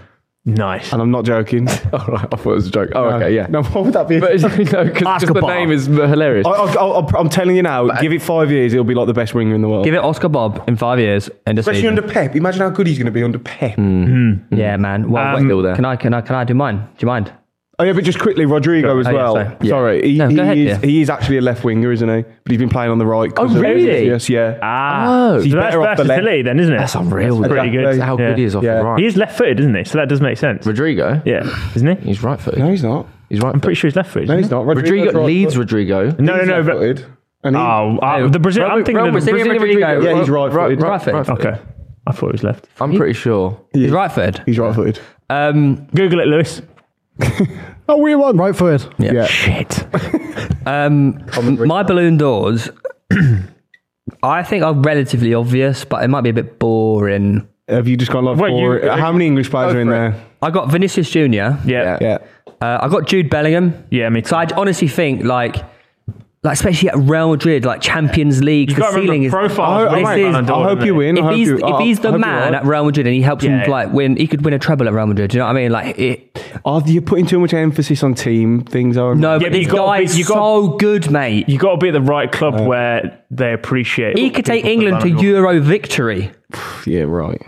nice.
and I'm not joking. Uh,
All right, I thought it was a joke. Oh, okay, yeah.
No, what would that be?
But you know, because the
Basketball.
name is hilarious.
I, I, I, I'm telling you now, give it five years, he'll be like the best winger in the world.
Give it Oscar Bob in five years. End of
Especially
season.
under Pep. Imagine how good he's going to be under Pep.
Hmm.
yeah, man. Well,
Um,
Still there.
Can I? Can I? Can I do mine? Do you mind?
Oh yeah, but just quickly, Rodrigo as
Oh, yeah,
well.
sorry.
sorry, he,
No, go
he
ahead,
is,
yeah.
he is actually a left winger, isn't he? But he's been playing on the right. 'cause
Oh,
of-
really?
Yes, yeah.
Ah,
Oh.
so that's
better off the left.
versatility then, isn't it?
That's unreal.
That's pretty
Exactly.
good.
How good he is off
Yeah.
the right.
He's left-footed, isn't he? So that does make sense.
Rodrigo.
Yeah, isn't he?
He's right footed.
no, he's not.
he's right.
I'm pretty sure he's left-footed.
No,
isn't
he's not.
Rodrigo
Rodrigo's
leads
right-footed.
Rodrigo. Ah,
he? No, no, no.
He's
But,
left-footed. And he,
oh, uh, the Brazil. I'm thinking of the
Brazilian
Brazilian
Rodrigo.
Rodrigo.
Yeah, he's
Right-
right-footed.
right- right-footed.
Right-footed.
Okay.
Okay, I thought he was left.
I'm pretty sure.
He's right footed.
he's right-footed.
Um,
Google it, Lewis.
Oh, we won. Right footed.
yeah.
Yeah.
Shit.
Um, my balloon doors. I think are relatively obvious, but it might be a bit boring.
Have you just gone like
Wait,
four?
you-
how many English players are in
for it.
there?
I got Vinicius Junior.
Yeah,
Yeah.
Uh, I got Jude Bellingham.
yeah. Me too.
So I honestly think like, like especially at Real Madrid, like Champions League,
You
the
gotta
ceiling
remember
is
I,
profile.
I,
This
mate,
is-
I hope you win. I
if
hope
he's,
you,
if
I-
he's
I
the
hope you
man
are.
at Real Madrid and he helps
Yeah,
him
yeah.
like win, he could win a treble at Real Madrid. Do you know what I mean? Like, it,
Oh, you're putting too much emphasis on team things. Are
no,
but
but this
you gotta
guy
be-
is
you
so good, mate.
You got to be at the right club where they appreciate.
he could take
people for
England to
Ballon d'Or.
Euro victory.
yeah, right.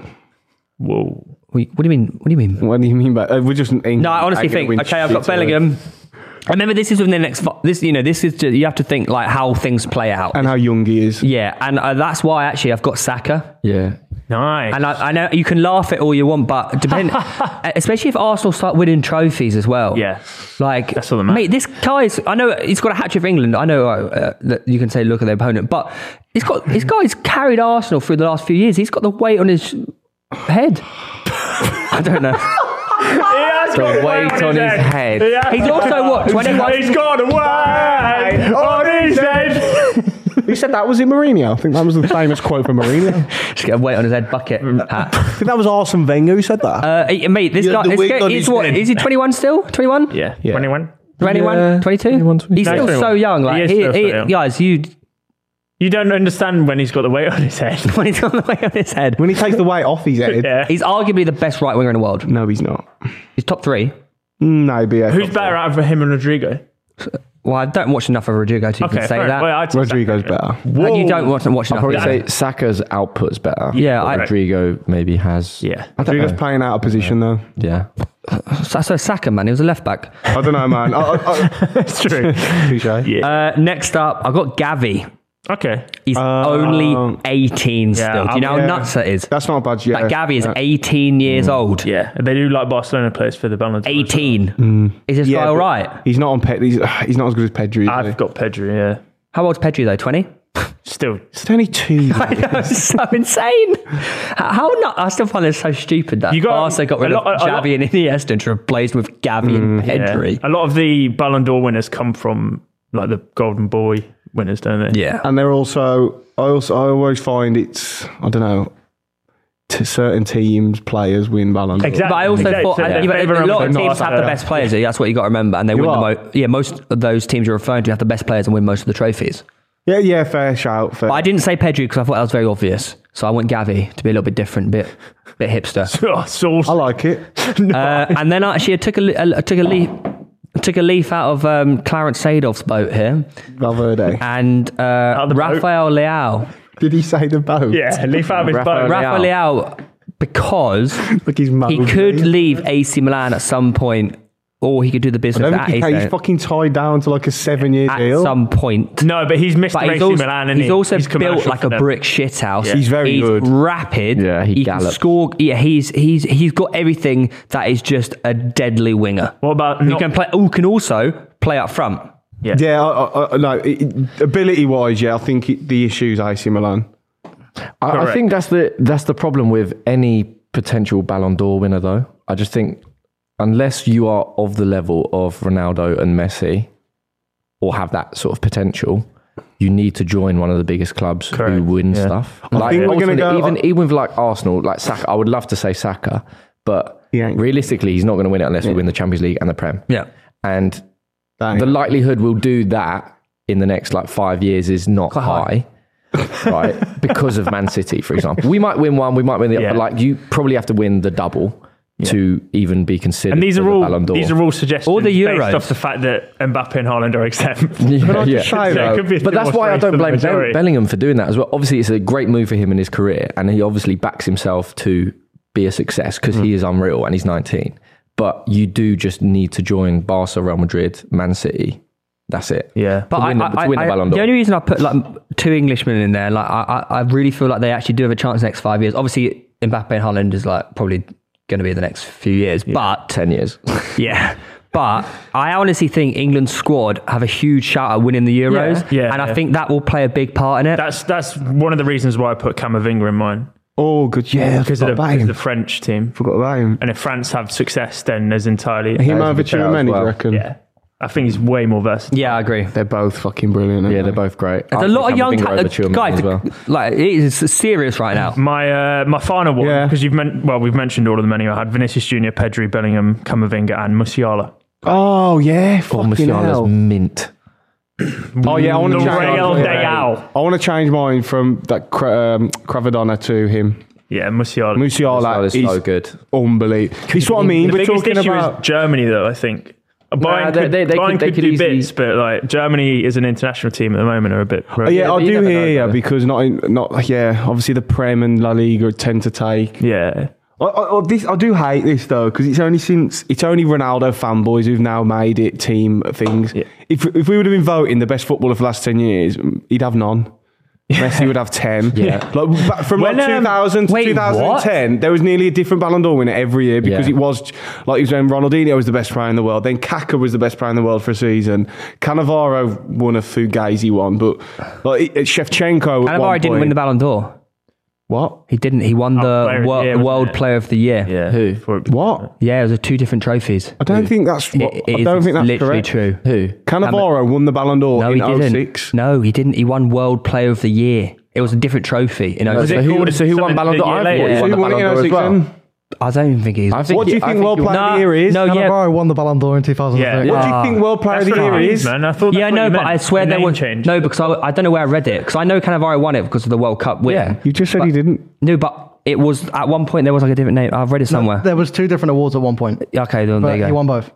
Whoa.
Wait, What do you mean? What do you mean?
What do you mean by uh, we're just England?
No, I honestly think okay, I've got Bellingham. Remember, this is within the next. fi- This, you know, this is ju- you have to think like how things play out.
and how young he is.
yeah, and uh, that's why actually I've got Saka.
Yeah.
Nice.
And I, I know you can laugh at all you want, but depend, especially if Arsenal start winning trophies as well.
Yeah.
like
That's all that
mate. This guy's. I know he's got a hat trick for England. I know uh, that you can say look at their opponent, but he's got this guy's carried Arsenal through the last few years. He's got the weight on his head. I don't know.
has got
The weight on his head.
Yeah.
He's also, what, 21?
He's got a weight on his head.
Who said that? Was it Mourinho? I think that was the famous quote from Mourinho.
Just get a weight on his head bucket.
Mm.
I think that was Arsene Wenger who said that.
Uh, hey, mate, this
Yeah,
guy.
the
This
weight
guy
on
he's
his
what?
head.
Is he twenty one still? Twenty one?
Yeah.
Yeah.
21.
21?
Yeah,
22?
21,
He's still
22.
so young. Like
He is
he,
still so
he-
young.
guys, you
You don't understand when he's got the weight on his head.
when he's got the weight on his head.
when he takes the weight off his head.
Yeah.
He's arguably the best right winger in the world.
No, he's not. Mm,
He's top three.
No, be
Who's better out of him and Rodrigo?
Well, I don't watch enough of Rodrigo to even
Okay,
say
fair.
that.
Well, I'd say
Rodrigo's better.
and you don't watch, watch
I'd
enough.
probably
of
say Saka's output's better.
Yeah,
But
I-
Rodrigo maybe has.
Yeah.
I don't
Rodrigo's
know.
playing out of position though.
Yeah.
So, so Saka, man, he was a left back.
I don't know, man. I, I, I,
That's true.
touche.
Uh, next up, I got Gavi.
okay.
He's
Uh,
only 18 still. Do you know how
yeah.
nuts that is?
That's not a bad yeah.
Like Gavi is 18 years old.
Mm. Yeah. Mm. They do like Barcelona players for the balance.
18. Is this
Yeah,
guy all
but
right?
He's not on Pet. He's, he's not as good as Pedri. Is he?
I've got Pedri, yeah.
How old's Pedri though? 20?
Still.
It's only two.
I know, it's so insane. How, how not? I still find this so stupid that
You got-
Barca got rid
a
of
lot- a lot- Mm,
Xavi and Iniesta and replaced with Gavi and
Yeah. Uh,
Pedri.
A lot of the Ballon d'Or winners come from like the Golden Boy winners, don't they?
Yeah.
and they're also. I also. I always find it's. I don't know. To certain teams, players win Ballon d'Or.
Exactly.
But I also
Exactly.
thought
Yeah.
and- but a
Everyone
lot of
was
teams
not
have the
that.
best players. That's what you got to remember, and they win
are.
the most. Yeah, most of those teams you're referring to have the best players and win most of the trophies.
Yeah, yeah. Fair shout. Fair.
But I didn't say Pedri because I thought that was very obvious. So I want Gavi to be a little bit different, bit bit hipster.
Oh, Saul's-
I like it.
Uh, and then actually, I took a, li- a took a leaf took a leaf out of um, Clarence Seedorf's boat here,
Valverde.
and uh,
of the boat?
Rafael Leao,
Did he say the boat?
Yeah, leaf out of his
Rafael
boat.
Ra-
Rafael Leao, because
Look, he's
he
mouthing
could
it.
leave AC Milan at some point or he could do the
I
business
don't
at,
think he
his
can. He's
own-
fucking tied down to like a seven year
at
deal.
some point.
No, but he's Mr.
But
AC
he's also,
Milan, and
he's also
he's
built
commercial
like
for
a
them.
brick shit house.
He's very good.
Rapid.
Yeah, he
can
gallops.
score. Yeah, he's he's he's got everything that is just a deadly winger.
What about
Who
not-
can play? Who can also play up front?
yeah, I, I, I, no, ability wise, yeah, I think it, the issues AC Milan.
I, I think that's the that's the problem with any potential Ballon d'Or winner, though. I just think unless you are of the level of Ronaldo and Messi, or have that sort of potential, you need to join one of the biggest clubs who
Correct,
win stuff. Like,
think we're gonna
ultimately,
go-
even even with like Arsenal, like Saka. I would love to say Saka, but
He ain't-
realistically, he's not going to win it unless we win the Champions League and the Prem.
Yeah.
And
Dang.
the likelihood we'll do that in the next like five years is not high. right, because of Man City, for example, we might win one, we might win the other.
Yeah.
but Like you probably have to win the double to even be considered.
And these
for
are
the
all
Ballon d'Or.
these are all suggestions
Or the Euros.
based off the fact that Mbappe and Haaland are exempt.
Can I just say,
Yeah, it
though,
could be
But
two
that's
or
why I
three
don't
for the
blame Be-
majority.
Bellingham for doing that as well. Obviously, it's a great move for him in his career, and he obviously backs himself to be a success because
Mm.
he is unreal and he's 19. But you do just need to join Barca, Real Madrid, Man City. That's it.
Yeah.
To win the- to win the Ballon
the
d'Or.
only reason I put like two Englishmen in there, like I, I I really feel like they actually do have a chance next five years. Obviously, Mbappe and Holland is like probably going to be the next few years, but
10 years.
yeah. But I honestly think England's squad have a huge shout at winning the Euros,
Yeah. Yeah,
and I
yeah.
think that will play a big part in it.
That's that's one of the reasons why I put Camavinga in mine
Oh, good. Yeah, I
because of,
forgot
the,
about
because of
him.
the French team.
Forgot about him.
And if France have success, then there's entirely
Him
was
over
a good shout as
Chiromeni, do
well.
you reckon?
yeah. I think he's way more versatile.
yeah, I agree.
They're both fucking brilliant. aren't
yeah,
they?
they're both great.
There's a lot of young ta- guys.
as well.
Like it is serious right now.
My uh, my final one
Yeah.
because you've meant well we've mentioned all of them anyway. I had Vinicius Junior, Pedri, Bellingham, Camavinga, and Musiala.
Oh, yeah. Fucking hell.
Musiala's mint.
Oh, yeah, I want to
The
change
Real
yeah.
Deal.
I want to change mine from that Cra- um, Cravadonna to him.
Yeah, Musiala.
Musiala
Musiala's
is
so good.
unbelievable. It's what I mean.
the
We're
biggest
talking
issue
about.
is Germany, though. I think Bayern
they-
could,
they- they
Bayern
could-
could,
they could
do
easily-
bits, but like Germany is an international team at the moment, are a bit.
Oh, yeah,
but
I
you
do
never
hear
know,
yeah,
though.
because not in, not yeah. Obviously, the Prem and La Liga tend to take.
yeah.
I, I, I- this, I do hate this though because it's only since it's only Ronaldo fanboys who've now made it team things.
Yeah.
If if we would have been voting the best footballer for the last ten years, he'd have none. Messi would have ten.
Yeah.
like back from
When,
like
um,
2000 to
wait,
2010, there was nearly a different Ballon d'Or winner every year because
Yeah.
it was like it was when Ronaldinho was the best player in the world, then Kaká was the best player in the world for a season. Cannavaro won a Fugazi one, but like it, Shevchenko. at one
Cannavaro didn't
point-
win the Ballon d'Or.
What?
He didn't. He won the
Oh, player of the
wor-
year, wasn't
World
it?
Player of the Year.
Yeah.
Who?
For-
What?
Yeah, it was two different trophies.
I don't think that's. What,
It- it
I
is
don't think that's
literally
correct.
true.
Who?
Cannavaro won the Ballon d'Or
No, he
in
didn't.
06.
No, he didn't. He won World Player of the Year. It was a different trophy. oh You know,
So
it
who,
called
so who
something
won Ballon
the
d'Or?
year
I
later?
thought he
So
won
Who
the
won it
Ballon
in
d'or as
06
well.
then?
I don't even think he's.
I think
What do
he-
you
I
think
he
World
won-
Player of
No,
the Year is?
no, yeah.
Cannavaro won the Ballon d'Or in 2013.
What
Yeah.
do you think World Player
That's
of the
what
Year
it
is?
is, man. I thought.
Yeah,
that's what
no,
you
but
meant.
I swear
The
there
name
was
change.
no because I, I don't know where I read it because I know Cannavaro won it because of the World Cup win.
Yeah.
You just said he didn't.
No, but it was at one point there was like a different name. I've read it somewhere.
There was two different awards at one point,
okay, then there you
but
go.
he won both.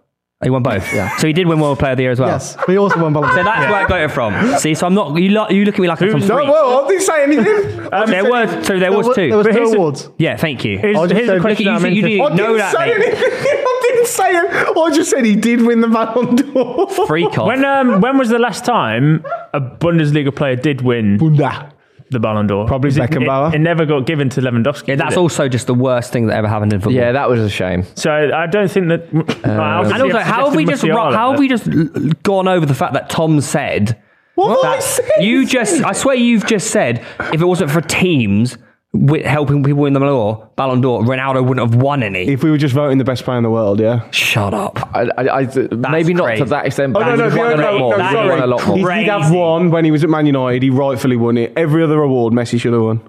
He won both. yeah. So he did win World Player of the Year as
Oh.
well.
Yes, but he also won Ballon
So
d'Or.
that's where I got it from. See, so I'm not. You, lo- you look at me like I'm
Who's
some
No,
freak.
well, I didn't say anything. I
Um, there were so there was
There
two.
There was
But here's
two
a-
awards.
yeah, thank you. Oh,
Here's,
just
here's
said-
a
Look
Look at
question
you,
I'm
you
interested-
didn't
didn't
know that.
say
mate.
anything. I didn't say it. I just said he did win the Ballon d'Or.
Freak off.
When
Oh.
um, when was the last time a Bundesliga player did win
Bunda.
the Ballon d'Or?
Probably
'Cause it- It,
Beckenbauer.
it never got given to Lewandowski.
Yeah,
did
that's
it?
also just the worst thing that ever happened in football.
Yeah, that was a shame.
So I don't think that.
Uh, And also, how have we just ru- how have we just l- l- gone over the fact that Tom said
What have I
that
said?
you just? I swear, you've just said if it wasn't for teams with helping people win the Ballon d'Or, Ballon d'Or, Ronaldo wouldn't have won any.
If we were just voting the best player in the world, yeah.
Shut up.
I, I, I, maybe not
crazy.
to that extent,
Oh no,
but
no,
he
no,
won a
no,
lot
no,
more.
that
He
is
won a
sorry.
lot more.
He did have one when he was at Man United. He rightfully won it. Every other award, Messi should have won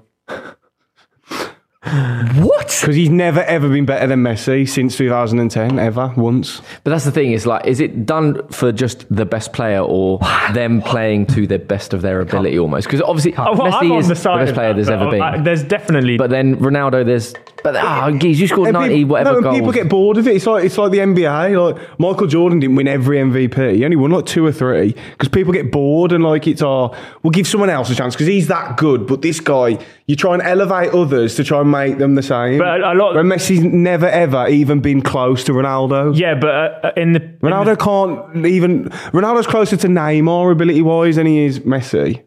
What?
because he's never ever been better than Messi since 2010. Ever once.
But that's the thing. It's like, is it done for just the best player or them playing to the best of their
Oh,
ability almost? Because obviously,
Well, I'm
Messi
on
is
the
the
side
best
of
player
that,
there's
but
ever
I-
been.
there's definitely
But then Ronaldo, there's But ah, geez, you scored
And
ninety
people,
whatever
no, and
goals.
people get bored of it. It's like it's like the NBA. Like Michael Jordan didn't win every MVP. He only won like two or three because people get bored and like it's oh we'll give someone else a chance because he's that good. But this guy, you try and elevate others to try and make them the same.
But a lot-
Where Messi's never ever even been close to Ronaldo.
Yeah, but uh, uh, in the in the-
Ronaldo can't even. Ronaldo's closer to Neymar ability wise than he is Messi.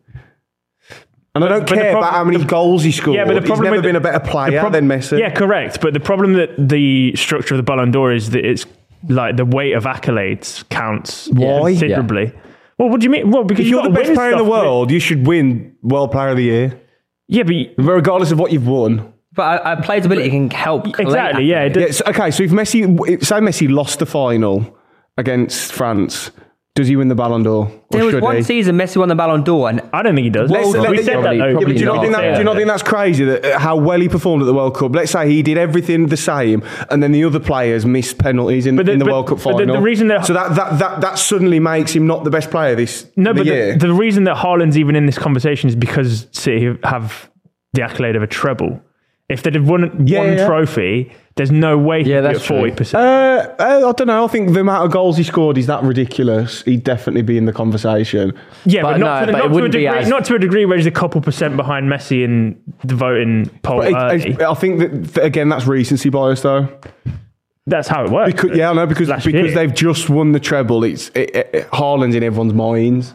And I don't
but the
care
prob-
about how many
the-
goals he scored.
Yeah, but the problem
he's never
with
been a better
the
player
prob-
than Messi.
Yeah, correct. But the problem that the structure of the Ballon d'Or is that it's like the weight of accolades counts
Why?
considerably. Well, what do you mean? Well, because
If you're
you've
the
got to
best
win
player in the
stuff with-
world, you should win World Player of the Year,
Yeah, but
regardless of what you've won.
But uh, players' ability can help. collate
exactly. Yeah, it does-
Yeah, so- okay, so if Messi, say Messi lost the final against France, does he win the Ballon d'Or? Or
There was
should
one
he?
season Messi won the Ballon d'Or, and
I don't think he does.
Let's-
Oh, we
let-
said that
probably-
though.
probably
Yeah, but do you not
not.
think that?
Yeah.
Do you not think that's crazy that uh, how well he performed at the World Cup? Let's say he did everything the same, and then the other players missed penalties in,
But the-
in the
but-
World Cup
but the-
final.
the reason that-
so that, that that that suddenly makes him not the best player this
No,
the
but
year.
the, the reason that Haaland's even in this conversation is because City have the accolade of a treble. If they'd have won
Yeah,
one
yeah.
trophy, there's no way
Yeah,
he'd be
that's
at forty percent.
Uh, uh, I don't know. I think the amount of goals he scored is that ridiculous. He'd definitely be in the conversation.
Yeah,
but
but, not,
no,
to the-
but it
not to a
wouldn't be
degree,
as-
not to a degree where he's a couple percent behind Messi in the voting poll.
But it,
early.
I, I think that th- again, that's recency bias, though.
That's how it works.
Because, yeah, I know because
Last
because
year.
they've just won the treble. It's it, it, it, Haaland's in everyone's minds.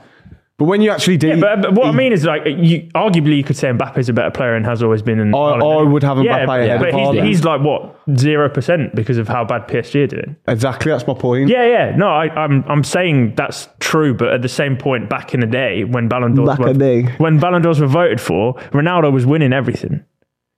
But when you actually do,
Yeah, but, but what I
he-
mean is, like, you, arguably, you could say Mbappe's a better player and has always been. In
I, I would have Mbappe
yeah,
ahead
but
of Haaland.
he's, he's like what zero percent because of how bad PSG are doing.
exactly, that's my point.
Yeah, yeah. No, I, I'm I'm saying that's true, but at the same point, back in the day when Ballon d'Ors
Back
were,
in the day.
when Ballon d'Ors were voted for, Ronaldo was winning everything.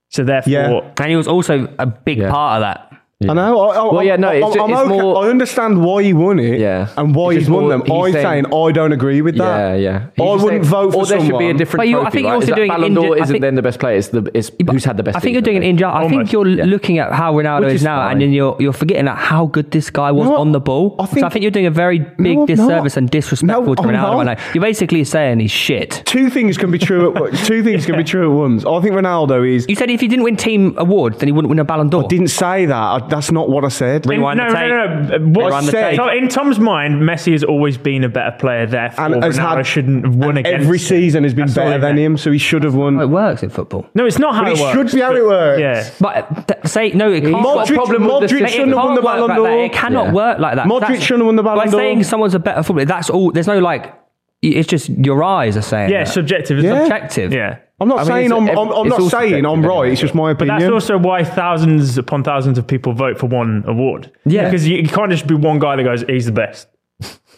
So therefore,
Yeah.
and he was also a big
Yeah.
part of that.
I know. I, I,
Well, yeah, no,
I,
it's-
I'm
it's
okay.
more-
I understand why he won it,
Yeah.
and why
It's
he's
just
won
more-
them.
he's
I'm saying,
saying-
I don't agree with
yeah,
that.
yeah.
I
just
wouldn't vote for
or there should be a
someone.
different.
But you- I
trophy,
think you're
right?
also
Is that
doing
Ballon
indi-
d'Or
I
isn't
think-
then the best player. It's the it's who's had the best.
I think you're doing an
season,
injustice. I think
Almost,
you're
yeah.
looking at how Ronaldo
Which
is,
is
now,
fine.
and then you're you're forgetting at how good this guy was
No,
on the ball.
I
so I
think-
think you're doing a very big
No, I'm
disservice
not.
and disrespectful
No,
to
I'm
Ronaldo.
not.
Right now. You're basically saying he's shit.
Two things can be true. At, two things can be true at once. I think Ronaldo is.
You said if he didn't win team awards, then he wouldn't win a Ballon d'Or.
Didn't say that. I, that's not what I said.
In, no,
Rewind
no,
the tape.
no, no. What
Rewind the
said-
tape.
so in Tom's mind, Messi has always been a better player. Therefore,
And has
Ronaldo
had-
shouldn't have won against
Every
him.
season has been
That's all
better
it
than
meant.
him, so he should have won.
it works in football.
No, it's not how
But it
works.
should be how it works.
Yeah.
But uh, th- say no, it can't.
Modric,
problem with the
Modric
system.
It,
shouldn't have won
can't
the
work
Ballon
like that.
d'Or.
It cannot
Yeah.
work like that.
Modric
That's-
shouldn't have won the Ballon
By
d'Or.
saying someone's a better footballer, that's all. There's no like. It's just your eyes are saying.
Yeah,
that.
subjective.
Yeah.
Yeah.
objective.
yeah.
I'm not
I mean,
saying
it's-
I'm,
every-
I'm, I'm
it's
not
all
saying I'm
subjective,
right.
anyway.
It's just my
But
opinion.
that's also why thousands upon thousands of people vote for one award.
Yeah.
Because you, you can't just be one guy that goes, he's the best.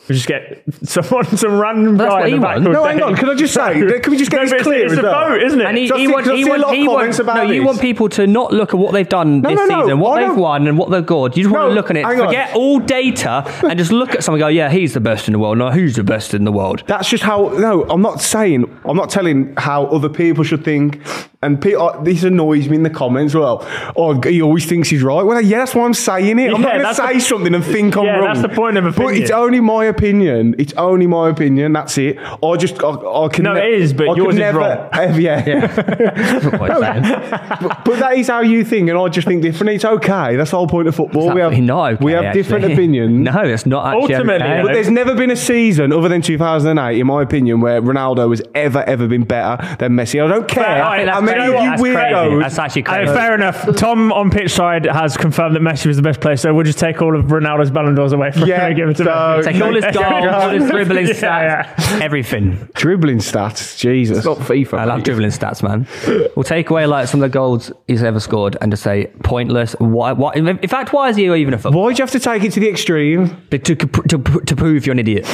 You just get someone, some random
But that's
guy
what
in the
he
back.
won.
all
no, hang
day.
on. Can I just say? Can we just
No, but
get this
it's,
clear?
it's
as
a
well?
vote, isn't it?
And he,
So I
he
think-
wants,
so I
he
see a
wants,
lot of
he
comments
wants,
about
no, you
these.
want people to not look at what they've done this
no, no,
season, what
I
they've
don't-
won, and what they've got. You just want
No,
to look at it,
hang on.
forget all data, and just look at someone. and Go, yeah, he's the best in the world. No, who's the best in the world?
That's just how. No, I'm not saying. I'm not telling how other people should think. And people, this annoys me in the comments. Well, oh, he always thinks he's right. Well, yeah, that's why I'm saying it.
Yeah,
I'm not going to
that's
say
the-
something and think I'm
Yeah,
wrong.
that's the point of
But
opinion.
it's only my opinion. It's only my opinion. That's it. I just, I, I can.
No, it is, but
I could
yours is
never,
wrong.
ever- yeah. but, but that is how you think, and I just think differently. It's okay. That's the whole point of football. We have
no,
we have different opinions.
No, it's not actually.
Ultimately,
okay.
But there's never been a season other than 2008, in my opinion, where Ronaldo has ever, ever been better than Messi. I don't care.
Fair- all right, oh,
how
that's
many
crazy.
of you
That's crazy.
weirdos.
That's actually
Uh,
crazy.
fair enough. Tom on pitch side has confirmed that Messi was the best player, so we'll just take all of Ronaldo's Ballon d'Ors away from him
Yeah,
and give it to
so-
Messi.
Take all his goals, all his dribbling
Yeah,
stats, everything.
Dribbling stats, Jesus.
Not FIFA.
I love
right?
dribbling stats, man. We'll take away like some of the goals he's ever scored and just say pointless. Why? Why? In fact, why is he even a footballer?
Why'd you have to take it to the extreme?
To, to, to, to prove you're an idiot.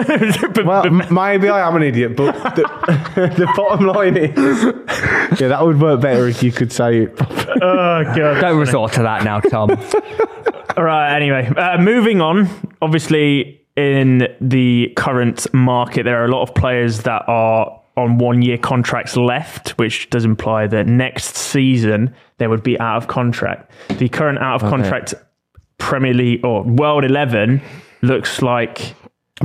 Well, m- maybe I am an idiot, but the, the bottom line is, yeah, that would work better if you could say it.
Oh, God.
Don't resort to that now, Tom.
All right. Anyway, uh, moving on. Obviously, in the current market, there are a lot of players that are on one-year contracts left, which does imply that next season they would be out of contract. The current out of contract Premier League or World Eleven looks like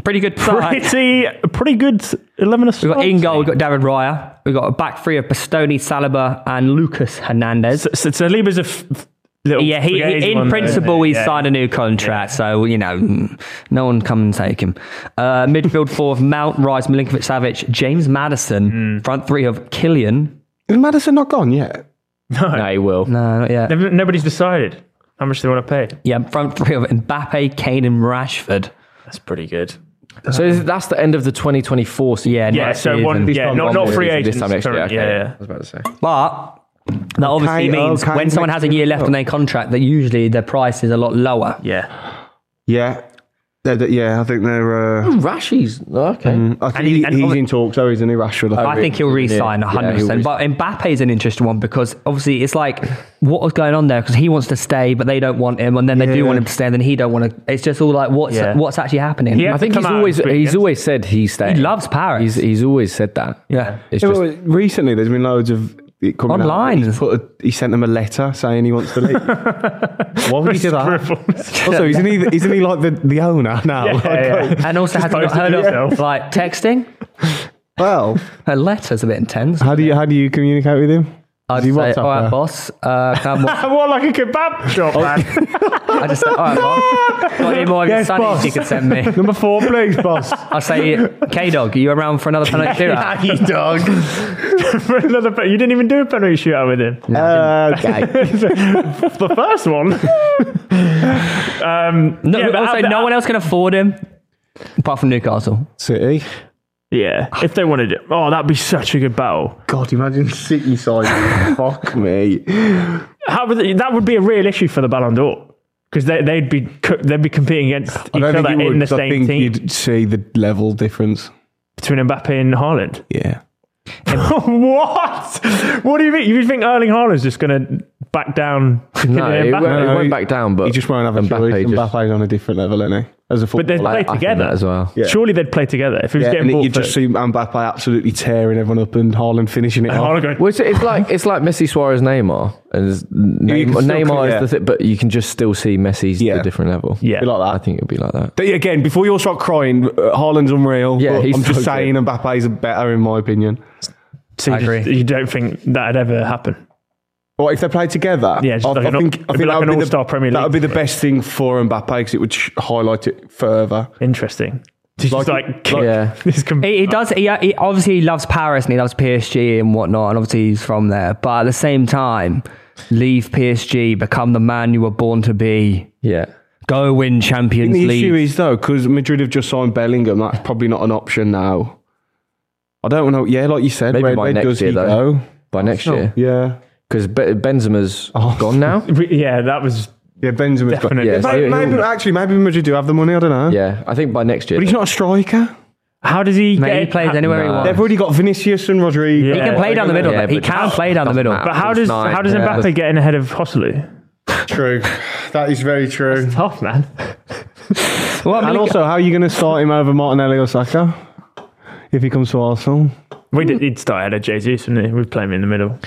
Pretty good start.
Pretty, pretty good. Eleven of
We've got in
England.
goal, we've got Darren Raya. We've got a back three of Bastoni, Saliba, and Lucas Hernandez.
So, so Saliba's a f- f- little.
Yeah, he,
fugazi
he in
one, though,
principle,
isn't he?
he's
Yeah.
signed a new contract, so you know, mm, no one come and take him. Uh, midfield four of Mount, Rice, Milinkovic, Savage, James
Hmm.
Madison. Front three of Killian.
Is Madison not gone yet?
No, he will.
No, not yet.
Never- Nobody's decided how much they want to pay.
Uh, Yeah, front three of Mbappe, Kane, and Rashford.
That's pretty good.
So is- that's the end of the 2024 season.
Yeah,
Yeah,
next
so one.
season.
Yeah,
time
not
one
not
year,
free
This-
agents.
This time next year.
current-
Okay.
yeah, yeah.
I was about to say.
But that obviously
Kane- oh,
means
Kane
when someone
next
has a year
year.
left on their contract, that usually their price is a lot lower.
Yeah,
Yeah. They're- they're- yeah, I think they're. Uh,
Rashi's oh, okay.
I think
he-
he-
and
he's
obvi-
in talks, though, isn't he, Rashford? I
I think he'll re-sign
Yeah,
100%.
he'll re-
but Mbappe is an interesting one because obviously it's like what was going on there because he wants to stay, but they don't want him, and then they do
Yeah.
want him to stay, and then he don't want to. It's just all like what's
Yeah.
what's actually happening.
Yeah.
I think
Come
he's
out
always
and speak
he's
against
always said he's staying.
he loves Paris.
He's he's always said that.
yeah,
It's
Yeah,
just
but recently, there's been loads of it coming out.
Online.
He's put a- he sent him a letter saying he wants to leave. Why would he do that? Oh,
Reforms.
Also, isn't he isn't he like the, the owner now?
Yeah,
Like,
yeah.
and also has not
posted
heard
himself.
of like texting.
Well,
Her letter's a bit intense.
how do you how do you communicate with him?
I'd
he
say, all right,
WhatsApp her?
boss. Uh, come on.
More like a kebab shop,
Oh,
man.
I just say, all right, boss. Got any more of your
Yes,
sunnies
boss.
you could send me?
Number four, please, boss.
I'll say, K Dog, are you around for another penalty shootout?
you dog. For another, pe- you didn't even do a penalty shootout with him.
Uh, okay.
The first one. um,
No,
yeah, but
also,
I-
no one else can afford him apart from Newcastle.
City.
Yeah, if they wanted it. Oh, that'd be such a good battle.
God, imagine City side. Fuck me.
How would they- that would be a real issue for the Ballon d'Or because they, they'd be co- they'd be competing against
I
each
don't
other
think you
in
would.
the
'cause I
same
think
team
you'd see the level difference.
between Mbappe and Haaland.
Yeah.
what? What do you mean? You think Erling Haaland's just going to back down? to
no,
Kylian
he
Mbappe?
won't, he
No,
won't
he-
back down. But
He just won't have a
Mbappe
choice.
just-
Mbappe's on a different level, isn't he? As a
But they
footballer.
play
I think
together
that as well.
Yeah.
Surely they'd play together if he was
yeah,
getting
and
ball
you just
first.
see Mbappe absolutely tearing everyone up and Haaland finishing it off.
Haaland going,
Well, it's, it's like it's like Messi, Suarez, Neymar, and it's-
can
Neymar,
still
Neymar
clear.
is the thing, but you can just still see Messi's at
Yeah.
a different level.
Yeah.
Be like
I
that.
think it'll be like that.
But Again, before you all start crying, uh, Haaland's unreal.
Yeah,
but
he's
I'm just
so
saying Mbappe's better in my opinion.
so
I
you, just-
agree.
you don't think that'd ever happen?
Or if they play together,
Yeah, just
I,
like
I
an-
think
it'd
I
be like
think that would
an
be
all-star
the,
Premier
that
League
would be the best thing for Mbappe because it would sh- highlight it further.
Interesting. He's just
Like-
like,
like-
Yeah.
this com-
He, he
Uh,
does. He, he obviously he loves Paris and he loves PSG and whatnot, and obviously he's from there. But at the same time, leave PSG, become the man you were born to be.
Yeah,
Go win Champions
The issue
League.
is though, because Madrid have just signed Bellingham, that's probably not an option now. I don't know. Yeah, like you said,
Maybe
where,
by
where
next
does
year,
he
though.
go?
by next year
Yeah,
because Be- Benzema's
Oh.
gone now.
Re- yeah, that was
yeah, Benjamin's got-
definite.
yeah.
Maybe,
Yeah,
maybe- actually, maybe Madrid do have the money. I don't know.
Yeah, I think by next year.
But he's not a striker.
How does he
Mate,
get
he plays anywhere
Nah.
he
They've
wants.
already got Vinicius and Rodriguez.
He
Yeah.
can play down the middle.
Yeah,
though. he
but-
can play down the middle.
Doesn't
But how does
It's nine,
how does
yeah.
Mbappe get in ahead of Hosselu?
True, that is very true.
Tough man.
Well, I mean,
And also, how are you going to start him over Martinelli or Saka if he comes to Arsenal?
We did, he'd start ahead of Jesus, and we'd play him in the middle.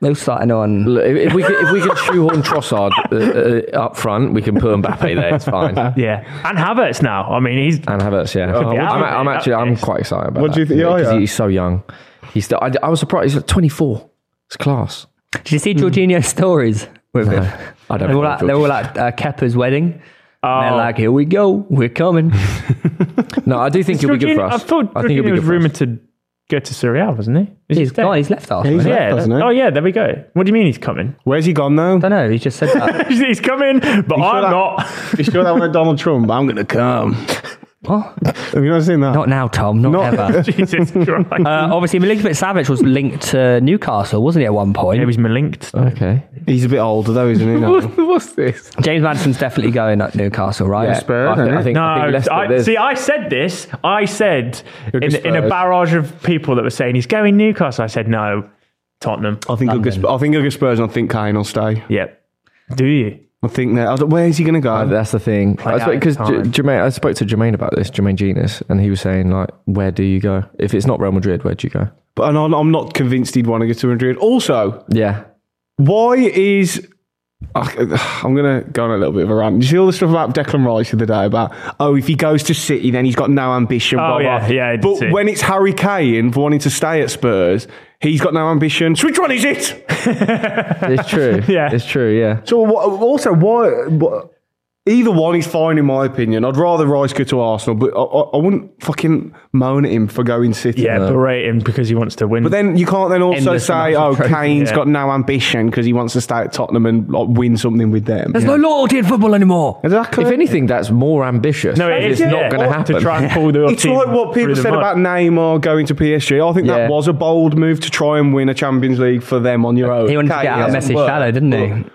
they're starting on.
Look, if, if we could, if we could shoehorn Trossard uh, uh, up front, we can put Mbappe there. It's fine.
Yeah, and Havertz now. I mean, he's
And Havertz,
Oh,
yeah.
be
I'm,
out.
I'm actually I'm quite excited about
What do you think- yeah,
Because
yeah.
he's so young. He's still, I, I was surprised. He's like 24. It's class.
Did you
Hmm.
see Jorginho's stories with him?
I don't
They're all
follow
at, they're all at uh, Kepa's wedding. And they're
Oh.
like, here we go, we're coming.
No, I do think he'll be good
Jorginho-
for us.
I thought
think he'll
Jorginho
be
was
good for us.
rumoured to go to Surreal, wasn't he? Is he
He's
staying?
gone, he's left us.
He's
I
left,
Yeah.
hasn't he?
Oh yeah, there we go. What do you mean he's coming?
Where's he gone now?
don't know, he just said that.
he's coming, but
sure
I'm
that-
not.
You sure that one at Donald Trump? I'm going to come.
what?
Have you not seen that?
Not now, Tom, not,
Not-
ever.
Jesus Christ.
Uh, obviously, Milinkovic Savage was linked to Newcastle, wasn't he, at one point?
yeah, he's malinked.
Okay.
He's a bit older though, isn't he? now?
What's this?
James Madison's definitely going at Newcastle, right?
Spurs,
I, think,
isn't
I
it?
think,
No,
I think Leicester,
I-
there's-
see, I said this. I said in,
Lucas
in a
Perez.
barrage of people that were saying he's going Newcastle. I said no, Tottenham.
I think he'll go Sp- I think he'll go Spurs, and I think Kane will stay.
Yep. Do you?
I think that. I don't- Where is he going to go?
Uh, that's the thing.
out in
Because
time.
Jermaine, I spoke to Jermaine about this, Jermaine Genius, and he was saying, like, where do you go? If it's not Real Madrid, where do you go?
But and I'm, I'm not convinced he'd want to go to Madrid. Also,
Yeah.
why is I- I'm gonna go on a little bit of a rant. Did you see all the stuff about Declan Rice the other day about oh if he goes to City then he's got no ambition.
Oh,
blah, blah.
yeah, yeah, I did
But
see.
when it's Harry Kane for wanting to stay at Spurs, he's got no ambition. So which one is it?
It's true.
Yeah.
It's true, yeah.
So wha- also why? wha- Either one is fine in my opinion. I'd rather Rice go to Arsenal, but I, I, I wouldn't fucking moan at him for going City.
Yeah, berate him because he wants to win.
But then you can't then also
Endless
say,
amounts of
"Oh,
praise.
Kane's
Yeah.
got no ambition because he wants to stay at Tottenham and like, win something with them."
There's no loyalty in football anymore.
Exactly.
If anything, that's more ambitious.
no, it
It's
is
not
yeah,
going to happen.
To try and pull the
It's like what people said about Neymar going to PSG. I think
Yeah.
that was a bold move to try and win a Champions League for them on your own.
He wanted to
Okay,
get
it
out of
hasn't
Messi
worked.
shallow, didn't he?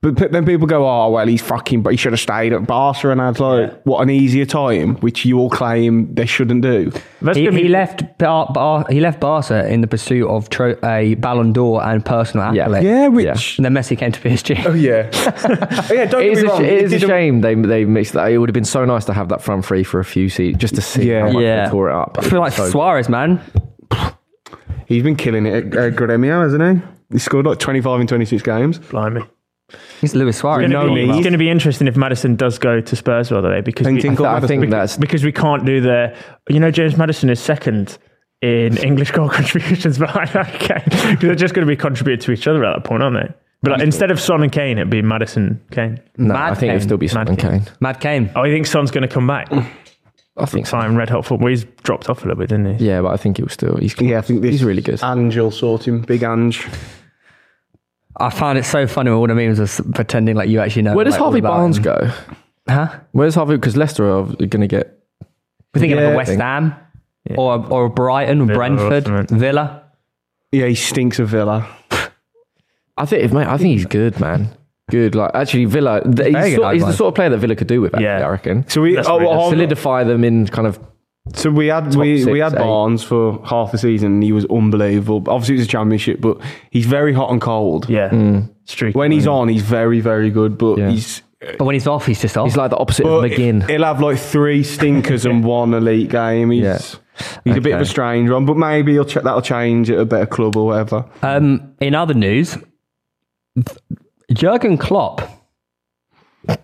But p- then people go, "Oh, well, he's fucking. But he should have stayed at Barca and had like what an easier time," which you all claim they shouldn't do.
That's
He,
gonna
he
be-
left Bar, Bar, he left Barca in the pursuit of tro- a Ballon d'Or and personal
Yeah.
accolade.
Yeah, which
And then Messi came to PSG.
oh yeah, Oh, yeah. Don't
It
get me
is, a, sh-
wrong.
it is
he
a
did
shame they they mixed that. It would have been so nice to have that front three for a few seats just to see
Yeah.
how much
Yeah.
they tore it up.
I feel like
So-
Suarez, man.
He's been killing it at uh, Gremio, hasn't he? He scored like 25 in 26 games.
Blimey.
He's Luis Suarez.
It's
No
gonna be-
need.
it's going to be interesting if Madison does go to Spurs, by the way, because we,
Painting
I
Madison.
think that's
because we can't do the. You know, James Madison is second in English goal contributions behind Harry Kane. 'Cause They're just going to be contributed to each other at that point, aren't they? But like, instead of Son and Kane, it'd be Madison Kane.
Mm.
no.
Mad
I think it'll
Kane.
still be Son and Kane.
Mad Kane.
Oh, you think Son's going to come back?
Mm.
I think so.
Time red hot football. He's dropped off a little bit, didn't he?
Yeah, but I think he'll still. He's
Yeah, I think this
he's really good.
Angel sort him, big Ange.
I found it so funny when all the memes was pretending like you actually know.
Where does
like, all
Harvey
about
Barnes
him.
go?
Huh?
Where's Harvey? Because Leicester are going to get.
We're thinking like
Yeah.
a West Ham or a, or a Brighton,
or
Brentford,
something.
Villa.
Yeah, he stinks of Villa.
I think, mate. I think he's good, man. Good. Like actually, Villa. th-
very
He's,
good,
sort, he's the
I'd
sort of player that Villa could do with. Actually,
Yeah.
I reckon.
So we,
That's
oh,
what he does.
well,
Solidify them in kind of.
so we had we,
six,
we had
eight.
Barnes for half the season, and he was unbelievable. Obviously, it was a championship, but he's very hot and cold.
Yeah. Streak.
Mm. When he's on, he's very very good, but
Yeah.
he's
But when he's off, he's just off.
He's like the opposite
but
of McGinn.
he'll have like three stinkers and one elite game. He's he's a bit of a
Okay.
strange one, but maybe he'll ch- that'll change at a better club or whatever.
Um, in other news, Jurgen Klopp,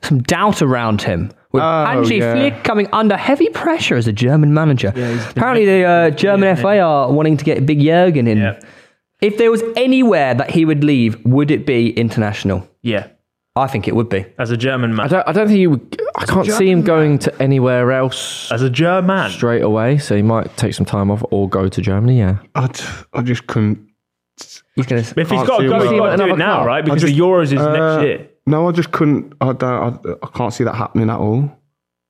some doubt around him. With
Oh,
Hansi
yeah.
Flick coming under heavy pressure as a German manager. Apparently, the uh, German FA are wanting to get Big Jurgen in.
Yeah.
If there was anywhere that he would leave, would it be international?
Yeah.
I think it would be.
As a German
I
man.
don't. I don't think you. would- I can't see him going to anywhere else
As a German.
straight away. So he might take some time off or go to Germany. Yeah.
I d- I just couldn't.
He's going to.
If he's
Can't
got
see
to go,
him
he's got to
well.
do it
Another
now,
club.
right?
I
Because
just-
the Euros is
Uh,
next year.
No, I just couldn't. I don't. I, I can't see that happening at all.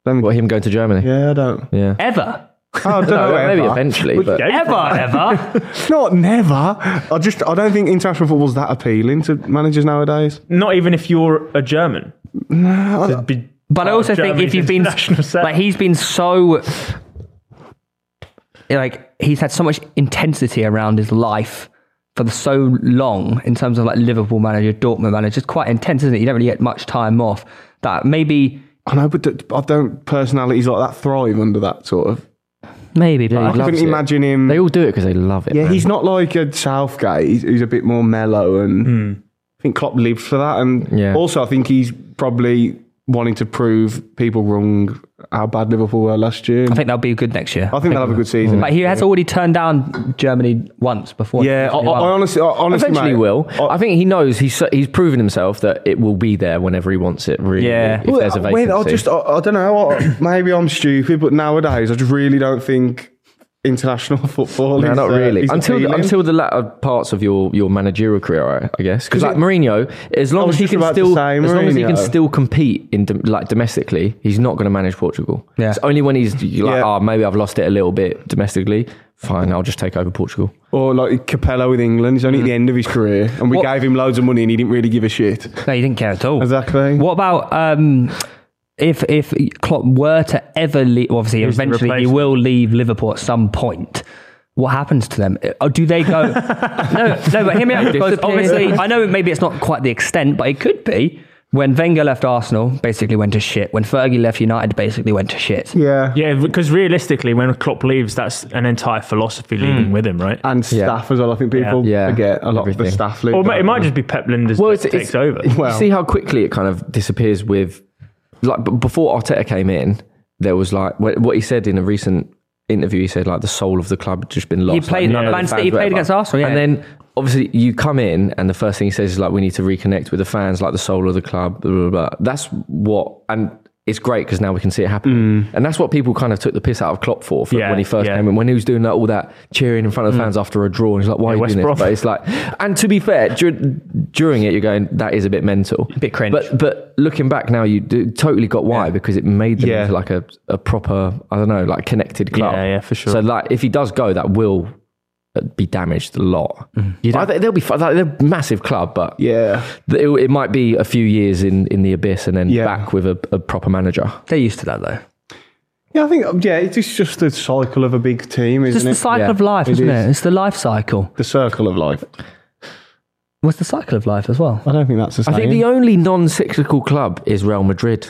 What him going to Germany?
Yeah, I don't.
Yeah.
Ever,
I don't know.
Maybe
ever.
eventually, but
ever, ever.
Not never. I just I don't think international football's that appealing to managers nowadays.
Not even if you're a German. No.
But I also think if you've been like he's been so like he's had so much intensity around his life for so long in terms of like Liverpool manager, Dortmund manager, it's quite intense, isn't it? You don't really get much time off. That maybe
I know, but d- I don't personalities like that thrive under that sort of.
maybe but
he
I
I
think-
loves
couldn't
it.
imagine him.
they all do it because they love it.
yeah,
man.
he's not like a Southgate, he's- who's a bit more mellow, and I think Klopp lives for that. And
Hmm. Yeah.
also, I think he's probably wanting to prove people wrong how bad Liverpool were last year.
I think that'll be good next year.
I think they'll have a good season.
But he has already turned down Germany once before.
yeah, I, I, I honestly, I, honestly,
Eventually
mate,
will.
I-
I think he knows he's so- he's proven himself that it will be there whenever he wants it. Really,
Yeah.
If there's a
Well,
vacancy,
I just, I, I don't know. I, maybe I'm stupid, but nowadays I just really don't think international football.
no,
is,
not
uh,
really.
is
until the,
appealing.
until the latter parts of your, your managerial career, I, I guess.
'Cause
Because like
it-
Mourinho, as long
was
as he
just
can
about to
still
say
as long as he can
Mourinho.
still compete in dom- like domestically, he's not going to manage Portugal.
Yeah.
It's only when he's you're like,
Yeah.
oh, maybe I've lost it a little bit domestically. Fine, I'll just take over Portugal.
or like Capello with England, he's only at the end of his career, and we
What-
gave him loads of money, and he didn't really give a shit.
No, you didn't care at all.
Exactly.
What about um, if if Klopp were to ever leave? well, Obviously,
Who's the
eventually he
replacement?
will leave Liverpool at some point. What happens to them? Or do they go? no, no. But hear me out. Because
disappear.
obviously, I know maybe it's not quite the extent, but it could be. when Wenger left Arsenal, basically went to shit. When Fergie left United, basically went to shit.
Yeah.
Yeah, because realistically, when Klopp leaves, that's an entire philosophy leaving with him, right?
And staff as well. I think people
Yeah. Yeah.
forget a lot of
Everything.
the staff. leave.
Or ma- it might just be Pep Linders
Well,
that
it's-
takes
it's-
over.
Well-
you see how quickly it kind of disappears with like b- before Arteta came in, there was like wh- what he said in a recent interview. He said like the soul of the club had just been lost.
He
like,
played-
none of the
Man City
fans were
played
ever-
against Arsenal, yeah.
and then obviously you come in and the first thing he says is like we need to reconnect with the fans, like the soul of the club. Blah, blah, blah. That's what and. It's great because now we can see it happen, and that's what people kind of took the piss out of Klopp for, for
Yeah,
when he first
yeah.
came in. When he was doing that, all that cheering in front of the fans after a draw, and he's like, "Why are you
West
doing this?"
Brom.
But it's like, and to be fair, dur- during it, you're going, "That is a bit mental."
bit cringe.
But but looking back now, you do, totally got why because it made them
Yeah.
into like a, a proper I don't know like connected club.
Yeah, yeah, for sure.
So like if he does go, that will uh, be damaged a lot.
Mm.
I think they'll be fu- like, they're a massive club, but
Yeah.
it, it might be a few years in, in the abyss and then
Yeah.
back with a, a proper manager.
They're used to that though.
Yeah, I think, yeah, it's just the cycle of a big team,
It's
isn't
just the
it?
cycle
Yeah.
of life,
It
is isn't
is.
it? It's the life cycle.
the circle of life.
What's the cycle of life as well?
I don't think that's the
I
same.
think the only non-cyclical club is Real Madrid.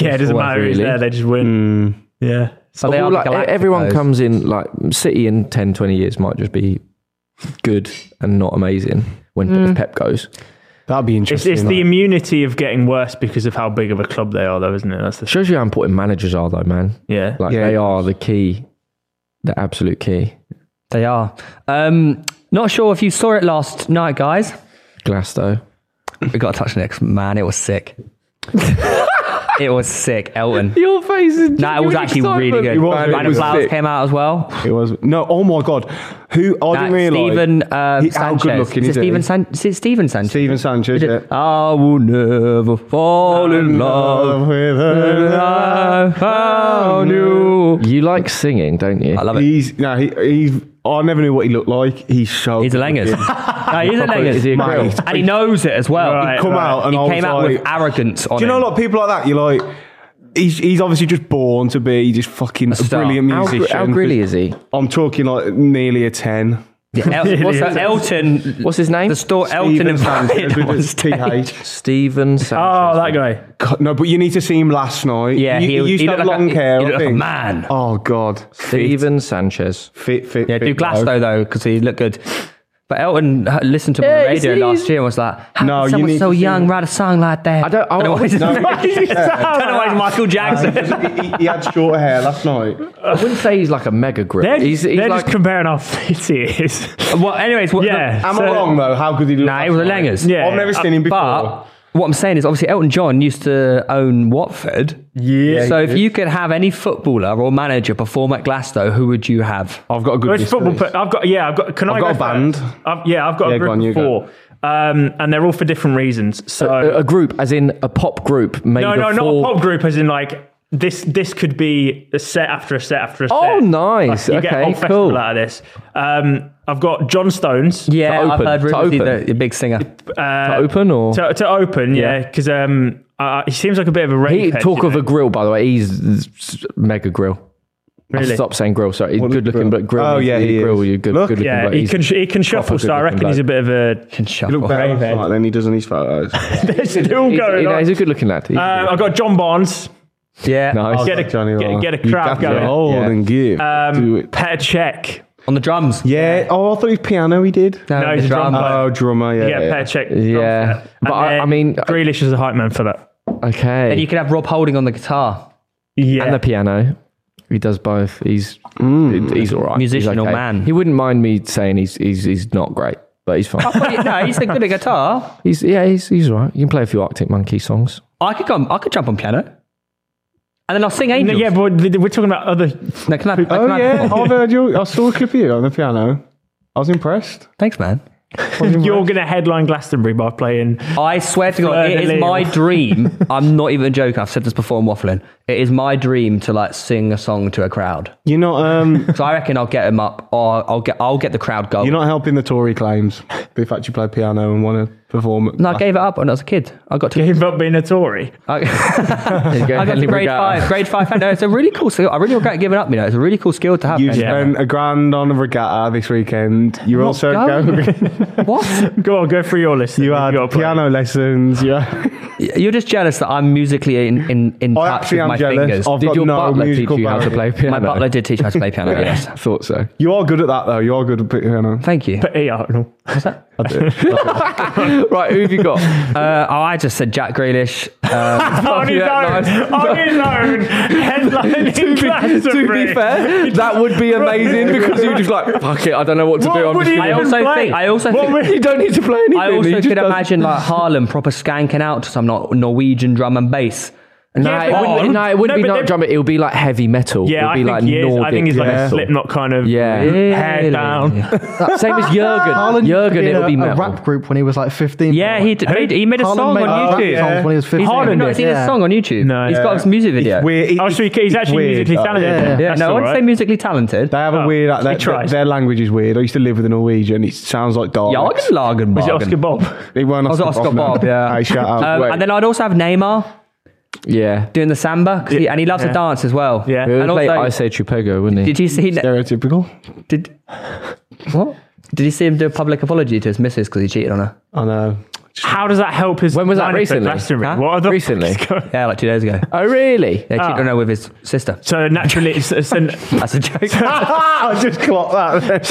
yeah, it doesn't
Well,
matter who's
really.
there, they just win. Yeah.
But they
All,
are
like, e-,
the Galacticos.
everyone comes in like City in 10, 20 years might just be good and not amazing when
Mm.
if Pep goes.
That'd be
It's,
interesting.
it's the
like.
immunity of getting worse because of how big of a club they are, though, isn't it? That's the
Shows you how important managers are, though, man.
yeah.
Like
Yeah.
they are the key, the absolute key.
They are. Um, not sure if you saw it last night, guys.
Glasto.
We got to touch next. Man, it was sick. it was sick. Elton.
Your face is.
No, it was actually really good.
It was- it
Ryan
was
Flowers
sick.
came out as well.
It was no. Oh my god, who I
That
didn't realise.
Stephen um,
He-
Sanchez.
how good looking
is
is
it
he?
Stephen, San- is it Stephen Sanchez?
Stephen Sanchez. Yeah.
I will never fall in love.
with
till I found you.
You like singing, don't you?
I love it.
He's no, he, he's. I never knew what he looked like. He's so.
He's a
good
Langers.
looking.
no, he's a Langers.
Is he a
Mate.
grill?
and he knows it as well.
Right,
Come
right.
out and
he
I was
came out
like,
with arrogance on
Do you know a
him.
lot of people like that? You're like, he's he's obviously just born to be just fucking a,
star.
brilliant
How,
musician.
how grilly is he?
I'm talking like nearly a ten.
El- what's that? Elton.
What's his name?
The store Elton
Stephen
invited
Sanchez
him
with
on
his
stage.
TH.
Stephen Sanchez.
Oh, that guy.
God, no, but you need to see him last night.
Yeah,
you,
he-
you
he
used to
looked
have
like a-
long
he-
hair.
he
I
looked like a
think.
man.
Oh god,
Stephen Sanchez.
fit, fit.
Yeah,
fit,
do
bloke.
Glasto though, because he looked good. But Elton h- listened to him on the radio last year and was like, How
No,
no,
you
someone
need
so
to see
young
him."
write a song like that?
I don't- I-
know why he's-
No,
don't
he-
know why he's Michael Jackson.
he, he- he had short hair last night.
I wouldn't say he's like a mega grill.
They're,
he's he's
they're
like.
just comparing how fit he is.
well, anyways, what,
yeah.
Am
so-
I wrong though? How good he looked?
Nah, he
last
was a
night.
Langers.
Yeah.
I've never seen him before.
But what I'm saying is, obviously, Elton John used to own Watford.
Yeah.
So if you could have any footballer or manager perform at Glasgow, who would you have?
I've got a good
Which
list of
football?
these.
Put, I've got. Yeah, I've got. Can
I've
I
got
go
a
first?
band.
I've, yeah, I've got
Yeah,
a
go
group
on, you
of
go.
four, um, and they're all for different reasons. So
A, a group, as in a pop group made
no, no,
of
not
Uh, four.
a pop group. As in, like this. This could be a set after a set after a set.
Oh, nice.
You get a whole
okay,
festival
cool.
out of this. Um, I've got John Stones.
Yeah,
open,
I've heard
to
rumours he's
open.
a, a big singer.
To open or
uh, to, to open, yeah, because um, uh, he seems like a bit of a rave.
He,
head,
talk
you
of
know?
a grill, by the way. He's mega grill.
Really?
I stopped saying grill. Sorry, he's
What is
good looking,
grill?
but grill.
Oh,
means
yeah,
you
he is.
grill. You're good,
Look,
good looking.
yeah,
but
he
he's-
can he can shuffle.
proper
So I
good-looking
reckon he's a bit of a.
Can
He
shuffle.
looked better last
Bravehead.
night than he does in his photos.
They're still
he's-
going.
you know,
on.
he's a good looking lad. He's
Um, I've got John Barnes.
Yeah.
nice.
Get a
Johnny
get,
Lawrence.
get a
You
crowd
got to get
going.
old
Yeah.
and give. Do
Um,
it.
Petr Cech.
On the drums.
Yeah. Oh, I thought he was piano. He did.
No, he's a drum player.
Oh, drummer. Yeah.
Yeah,
yeah.
Petr Cech.
Yeah. But I- I mean-
Grealish is a hype man for that.
okay.
And you could have Rob Holding on the guitar.
Yeah.
and the piano. He does both. He's
Mm.
he's all right. He's
Musician or
okay.
man.
He wouldn't mind me saying he's he's he's not great, but he's fine.
Wait, no, he's a good at guitar.
he's yeah, he's he's all right. You can play a few Arctic Monkey songs.
I could go. I could jump on piano. And then I'll sing
No,
Angels.
yeah, but th- we're talking about other.
No, can I, can
Oh
I-
yeah. I've heard you. I saw a clip of you on the piano. I was impressed.
Thanks, man.
You're going to headline Glastonbury by playing.
I swear to God, it
Further
is my
leave.
dream. I'm not even joking. I've said this before in waffling. It is my dream to like sing a song to a crowd.
You're not. Um,
So I reckon I'll get him up, or I'll get I'll get the crowd going.
you're not helping the Tory claims. The fact you play piano and want to performance.
No, I gave it up when I was a kid. I got to.
Gave up being a Tory.
There you go,
I got to
Henley
grade
Brigata.
five. Grade five. No, it's a really cool skill. I really regret giving up. You know, it's a really cool skill to have.
You
Ben.
spent a grand on a regatta this weekend. You're also
going.
going.
What?
Go on, go through your list.
You had piano lessons. Yeah.
You're just jealous that I'm musically in in, in
I
touch
actually
with
am
my
jealous.
fingers.
I've
Did
got
your
no
butler teach
musical
you how to
memory.
play
my
piano?
butler did teach me how to play piano. Yes.
Thought so.
You are good at that though. You are good at piano.
Thank you.
Hey, Arnold.
Right, who have you got?
Uh, oh, I just said Jack Grealish.
On his
Oh, Yeah,
own. On his own. Headlining
to be, to be
Glastonbury.
fair, that would be amazing because you're just like, fuck it, I don't know what to
What
do. I'm
would
just
he
I
gonna-
even
also
play?
think- I also
What
think-
would-
you don't need to play anything.
I also
He just
could
does-
imagine like Harlem proper skanking out to some like, Norwegian drum and bass.
No,
Yeah,
it
but-
wouldn't, be- no, it
No,
wouldn't be
but
not
they-
drum. It would be like heavy metal.
Yeah,
It'd
I
be
think
like
he is. I
Nordic
think he's like a
metal.
Slipknot kind of.
Yeah.
Head down.
Same as Jurgen.
Harlan used to
Jurgen,
in
it
a,
would be
a
metal.
rap group when he was like 15.
Yeah, he d- made, he made a
Harlan
song
made
on
rap
YouTube.
songs when he was 15.
Harlan, not seen his song on YouTube.
No,
he's got
yeah.
his music video.
Weird- it-
Oh, so he- he's
it's
actually
weird,
musically
though.
talented.
Oh, Yeah.
then.
Yeah,
Yeah,
That's
no, I
all
wouldn't say
right.
musically talented.
They have a
Oh,
weird. Like,
he
their,
tries.
their language is weird. I used to live with a Norwegian. It sounds like dark.
Jargon Lagen
Is it Oscar Bob?
It weren't
was
Oscar,
Oscar Bob, yeah.
Hey, shout out.
Um,
Wait.
and then I'd also have Neymar
Yeah.
doing the samba, 'cause he, and he loves to
Yeah.
dance as well.
Yeah.
He would
and
play
also,
I Say Chupogo, wouldn't he?
did you see? Ne-
Stereotypical.
Did what? Did you see him do a public apology to his missus because he cheated on her?
I know.
How does that help his?
When was that
lineup at
recently?
Glastonbury?
Huh?
What are the
Recently?
Yeah, like two days ago.
Oh, really?
Yeah, cheated on her with his sister.
So naturally, it's, it's an-
That's a joke.
I just clocked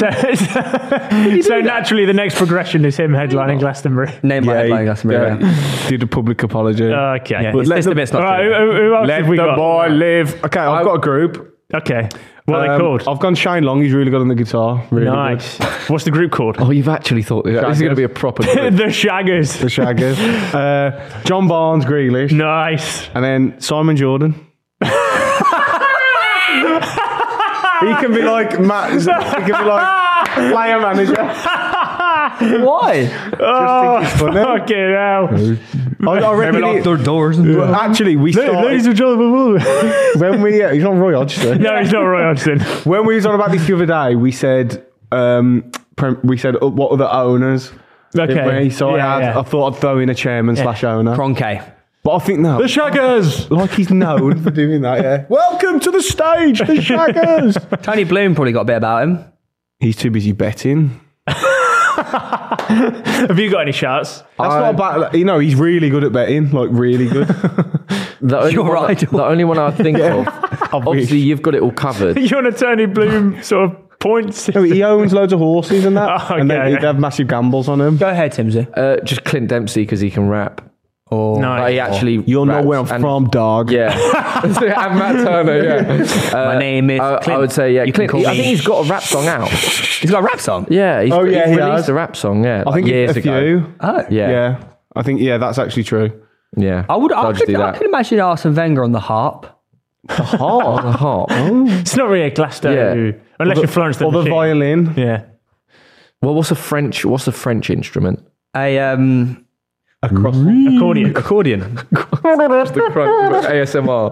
that.
so, so naturally, the next progression is him headlining Glastonbury.
Name my headline. That's
yeah,
really
Did a public apology.
Okay.
yeah. It's
let
just
the-
a bit's
all
not.
right.
true.
Who, who else
Let
have Uh, we
the
got?
boy live. Okay, I've got a group.
Okay. What are
Um,
they called?
I've gone Shane Long. He's really good on the guitar. Really good.
nice. What's the group called?
Oh, you've actually thought this is going to be a proper. group.
the Shaggers.
The Shaggers. uh, John Barnes, Grealish,
Nice.
and then Simon Jordan. he can be like Matt. He can be like player manager.
Why?
Oh,
it's funny.
fucking hell.
I, I reckon. it-
doors. And
actually, we
Ladies
started
and gentlemen.
when we. Uh, he's not Roy Hodgson.
No, it's not Roy Hodgson.
when we was on about this the other day, we said um, prem- we said uh, what other owners. didn't
Okay.
we?
Yeah,
So I, had,
yeah.
I thought I'd throw in a chairman slash owner.
Cronke.
But I think no,
The Shaggers.
like he's known for doing that. Yeah. Welcome to the stage, the Shaggers.
Tony Bloom probably got a bit about him.
he's too busy betting.
Have you got any shouts?
That's not about like, you know. He's really good at betting, like really good.
The only,
Your
one,
idol.
the only one I think of. Obviously, you've got it all covered.
You're on a Tony Bloom sort of points.
No, he owns loads of horses and that,
Oh,
and they,
okay.
would have massive gambles on them.
Go ahead, Timsy.
Uh, just Clint Dempsey because he can rap. But he
Nice.
actually.
You'll know
raps
where I'm
and-
from, dog.
Yeah. and Matt Turner, yeah.
My name is.
I, I
Clint.
would say, yeah.
You
Clint,
can call
I
me-
think he's got a rap song out.
he's got a rap song.
Yeah. He's,
Oh, yeah,
he's
he
released
has.
a rap song, yeah.
I
like
think
years
it's a
ago.
few.
Oh.
Yeah.
Yeah.
Yeah.
I think yeah, that's actually true.
I would.
So
I
I'll just
could,
do
I
that.
could imagine Arsene Wenger on the harp.
Heart. the heart.
It's not really a Glastonbury.
Yeah.
Unless you're Florence the
Or the
Machine.
violin.
Yeah.
Well, what's a French? What's a French instrument?
A um,
Across
Hmm.
Accordion.
accordion.
The crunch, ASMR.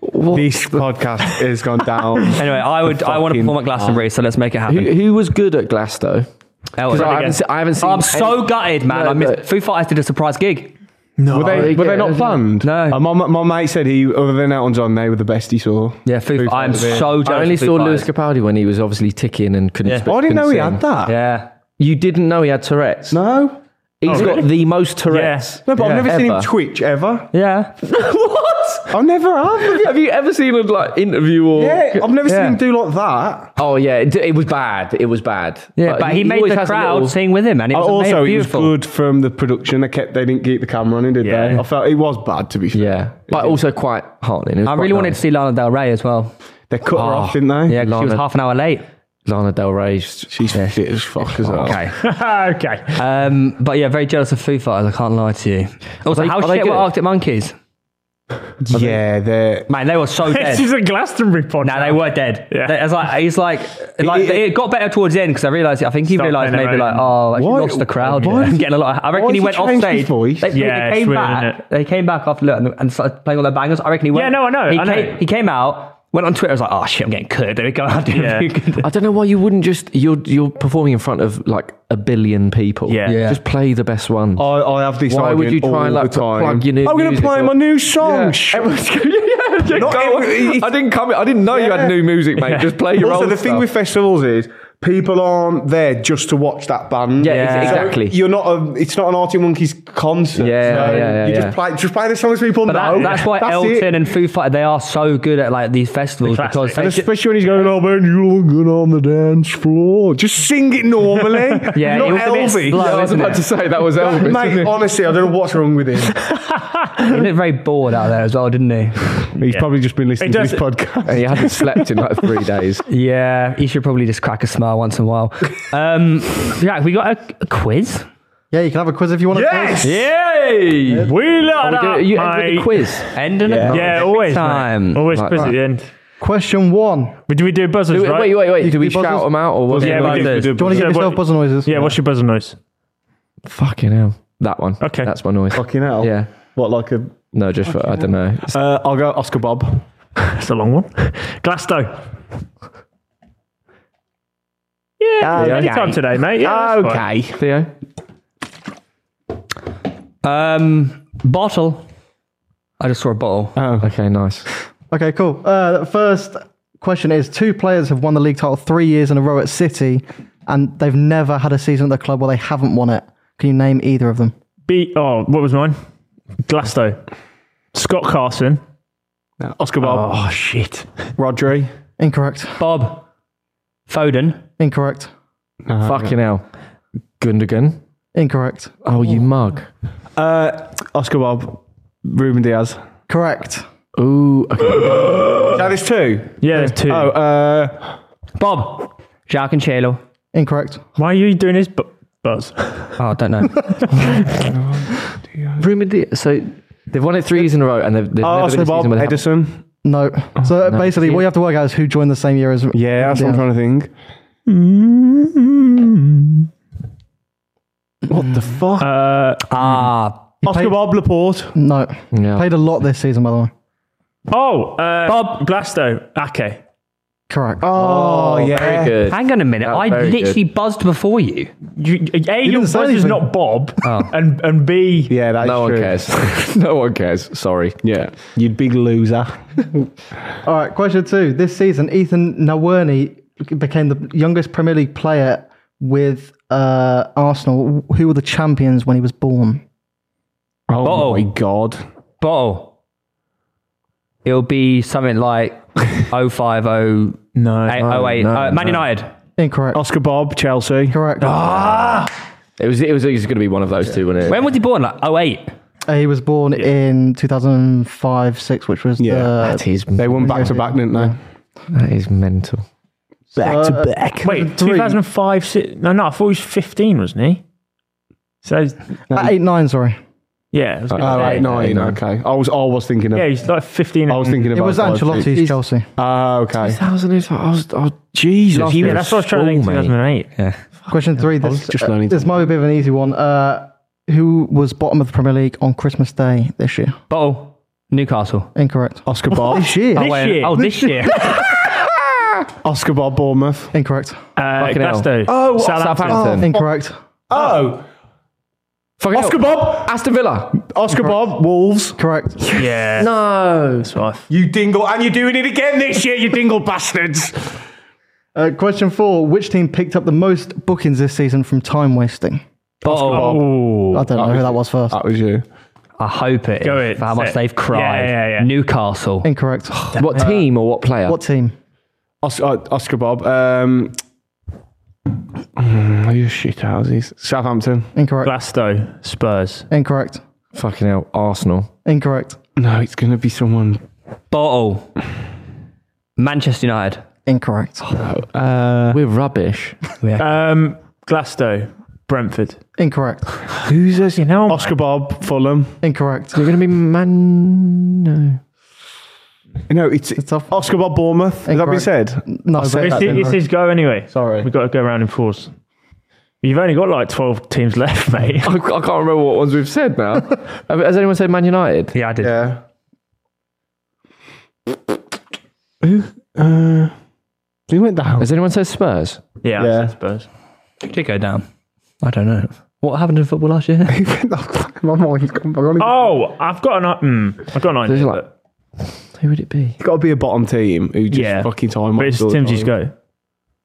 this podcast has gone down.
Anyway, I would. I want to perform at
Fucking
Glastonbury, so let's make it happen.
Who, who was good at Glasgow?
Elton.
I haven't, se- I haven't seen.
I'm so
any-
gutted, man.
No,
I missed.
but-
Foo Fighters did a surprise gig.
Were they,
they
were they
get-
not planned?
No.
Uh, my, my mate said he, other than Elton John, they were the best he saw.
Yeah, Foo.
Foo
I am
Fighters.
so jealous.
I only
of Foo
saw
Fighters.
Lewis Capaldi when he was obviously ticking and couldn't.
Yeah.
speak
Oh, I didn't know he
couldn't
had
sing.
that.
Yeah.
You didn't know he had Tourette's.
No.
He's
Oh,
got
really?
the most Tourette's.
No, but I've never seen him
Ever.
twitch ever.
Yeah.
what?
I never have.
Have you ever seen a like interview or?
Yeah, I've never
Yeah.
seen him do like that.
Oh yeah, it, it was bad. It was bad.
Yeah. But, he, made
always
the
has a
crowd
little-
sing with him, and it was amazing,
Uh, also, it was
beautiful.
good from the production. They kept they didn't keep the camera on him, did
Yeah.
they? I felt it was bad to be fair.
yeah, but also quite heartening. It was
I
quite
really wanted to
nice.
see Lana Del Rey as well.
they cut her off,
Oh,
didn't they?
Ah. Yeah, 'cause she was
Lana-
half an hour late.
Lana Del Rey's
she's fit as fuck as well.
Okay.
okay.
Um, but yeah, very jealous of Foo Fighters. I can't lie to you. Also,
they-
how
are they
shit were
good?
Arctic Monkeys?
Yeah, they're
Man, they were so
this
dead.
is a Glastonbury podcast.
Nah, they were dead.
Yeah.
They- It's like he's like, like it,
it-
got better towards the end because I realised. I think he
Stop
realised
playing
maybe
their
like,
own.
oh, I actually
Why-
lost the crowd.
why
I'm
does he-
getting a lot. Of, I reckon
why
he
does
went
he
off
change his
stage.
voice?
They,
Yeah,
they
it's
came
weird,
back.
isn't it?
They came back after look, and started playing all their bangers. I reckon he went.
no, I know,
He
I
came,
know.
He came out. Went on Twitter, I was like, oh shit, I'm getting cooked. There we go.
Yeah.
I don't know why you wouldn't just you're you're performing in front of like a billion people.
Yeah. Yeah.
Just play the best one.
I, I have this.
why would you
argument
try and
all
like
the time.
plug your new
I'm going to
music
play
or-
my new song.
Yeah.
Sh-
Everyone's going, yeah, just
Not
go on.
every- it's-
I didn't come I didn't know you
Yeah.
had new music, mate. Just play your
also,
old
the thing
stuff.
with festivals is people aren't there just to watch that band.
Yeah, Yeah. ex-
So
exactly.
you're not. A, it's not an Artie Monkeys concert.
Yeah,
so
yeah, yeah,
You
yeah.
just play. Just play the songs people
But that,
know.
that's why
it.
Elton and Foo Fighters they are so good at like these festivals
The
because
classics.
they
And
ju-
especially when he's going, oh man, you're good on the dance floor. Just sing it normally.
Yeah,
not
it was a bit
Elvis.
slow,
I was
isn't
about
it?
to say that was Elvis. wasn't
Mate,
it?
honestly, I don't know what's wrong with him.
he looked very bored out there as well, didn't he?
He's probably just been listening
It
to
does-
this podcast.
and he hadn't slept in like three days.
Yeah, he should probably just crack a smile once in a while. Um, yeah, have we got a, a quiz.
Yeah, you can have a quiz if you want to.
Yes!
Yay!
We learned
Are
up,
we doing- you end with
mate.
a quiz.
End and a
Yeah, always. mate.
time.
Always
Like-
quiz at the end.
Question one.
We do we do buzzers,
Do we-
right?
Wait, wait, wait. Do we
do buzzers?
shout them out or what?
Yeah,
Yeah,
we do. we
buzzers.
do
Do you want to
buzzers.
give yourself
What-
buzzer noises?
Yeah, what's your buzzer noise?
Fucking hell. That one.
Okay.
That's my noise.
Fucking hell.
Yeah.
What, like a.
No, just for, I don't know.
Uh, I'll go Oscar Bob.
That's a long one. Glasto. Yeah,
Okay.
any time today, mate. Yeah, that's fine.
Theo?
Um, bottle. I just saw a bottle.
Oh.
Okay, nice.
Okay, cool. Uh, the first question is: Two players have won the league title three years in a row at City, and they've never had a season at the club where they haven't won it. Can you name either of them?
B. Oh, what was mine? Glasto. Scott Carson.
Oscar Bob.
Oh shit.
Rodri.
Incorrect.
Bob Foden.
Incorrect.
Fucking hell. Gundogan.
Incorrect.
Oh, you mug.
Uh, Oscar Bob. Ruben Diaz.
Correct.
Ooh, okay.
Now there's two.
Yeah, there's two.
Oh, uh,
Bob. Jao Cancelo.
Incorrect.
Why are you doing this bu- buzz?
Oh, I don't know.
Ruben Diaz. So they've won it three years in a row, and they've, they've never
Oscar
been a season
Oh, Bob.
where they haven't-
Edison.
Oh, No. So basically, what you have to work out is who joined the same year as.
Yeah, that's what I'm trying to think. Mm-hmm. What the fuck?
Uh,
ah,
Oscar
played-
Bob Laporte.
No.
Yeah.
Played a lot this season, by the way.
oh, uh,
Bob.
Glasto. Ake.
Correct.
Oh, yeah.
Very good.
hang on a minute. I
very
literally buzzed before you.
You, a, your
didn't say
buzzer's
anything.
not Bob, and and B,
Oh. Yeah, that's
No one
true.
cares. no one cares. Sorry.
Yeah. You big loser.
All right. Question two. This season, Ethan Nawerny became the youngest Premier League player with uh, Arsenal. Who were the champions when he was born?
Oh,
Bottle.
my God.
Bottle. It'll be something like 050.
No,
Eight-
no,
oh eight.
no,
uh, Man
no.
United.
Incorrect.
Oscar Bob, Chelsea.
Correct.
Ah.
It was. It was, it was going to be one of those two, wasn't it?
When was he born? Like 08.
Uh, he was born in 2005 6, which was
Yeah.
that is.
They won back to back, didn't they?
That is mental.
Back to back.
Wait, 2005. si- No, no, I thought he was 15, wasn't he? So,
the uh, 8 9, sorry.
yeah. I was gonna say.
All Oh, right, nine.
nine.
Okay, I was I was thinking of
Yeah, he's like 15.
I was thinking
It
about
was
five, six.
Ancelotti's Chelsea.
Ah, okay.
Thousand is. I was. Oh, Jesus.
yeah, that's what I was trying to think. 2008.
Question three. This,
just
uh,
learning
this might be a bit of an easy one. Uh, who was bottom of the Premier League on Christmas Day this year?
Bottle. Newcastle.
Incorrect.
Oscar Bob,
This year?
This
When-
year.
Oh, this year.
Oscar Bob, Bournemouth.
Incorrect.
Uh,
Fucking hell.
Glasto.
Oh,
Southampton.
Southampton. Then-
Incorrect.
Oh,
Fucking
Oscar
hell.
Bob,
Aston Villa.
Oscar Bob, Wolves.
Correct.
Yeah.
No.
That's what I
You dingle, and you're doing it again this year, you dingle bastards.
Uh, question four. Which team picked up the most bookings this season from time wasting?
Bottle.
Oh,
I don't know who that was first.
That was you.
I hope it.
Go
is,
it,
for how
say
much
it.
they've cried.
Yeah, yeah, yeah.
Newcastle.
Incorrect.
What team or what player?
what team?
Os- uh, Oscar Bob. Um, mm, you shit houses. Southampton.
Incorrect.
Glasto. Spurs.
Incorrect.
Fucking hell. Arsenal.
Incorrect.
No, it's gonna be someone.
Bottle. Manchester United.
Incorrect.
We're rubbish.
Um, Glasto. Brentford.
Incorrect.
Who's this? You know,
Oscar Bob, Fulham.
Incorrect.
You're going to be man. No.
No, it's, it's
tough.
Oscar Bob, Bournemouth. Has that been
Incorrect.
said?
No, but
said
It's,
that,
it's his go anyway.
Sorry.
We've got to go around in fours. You've only got like 12 teams left, mate.
I, I can't remember what ones we've said now. Have- Has anyone said Man United?
Yeah, I did.
Yeah. Who? Uh, who went down?
Has anyone said Spurs?
Yeah,
Yeah.
I suppose.
Who did go down? I don't know. What happened in football last year?
My mind's gone. I've got
Oh, I've got an. Mm, I've got an
There's
idea.
like- Who would it be?
to be a bottom team who just
Yeah.
fucking time.
but it's Timsy's go.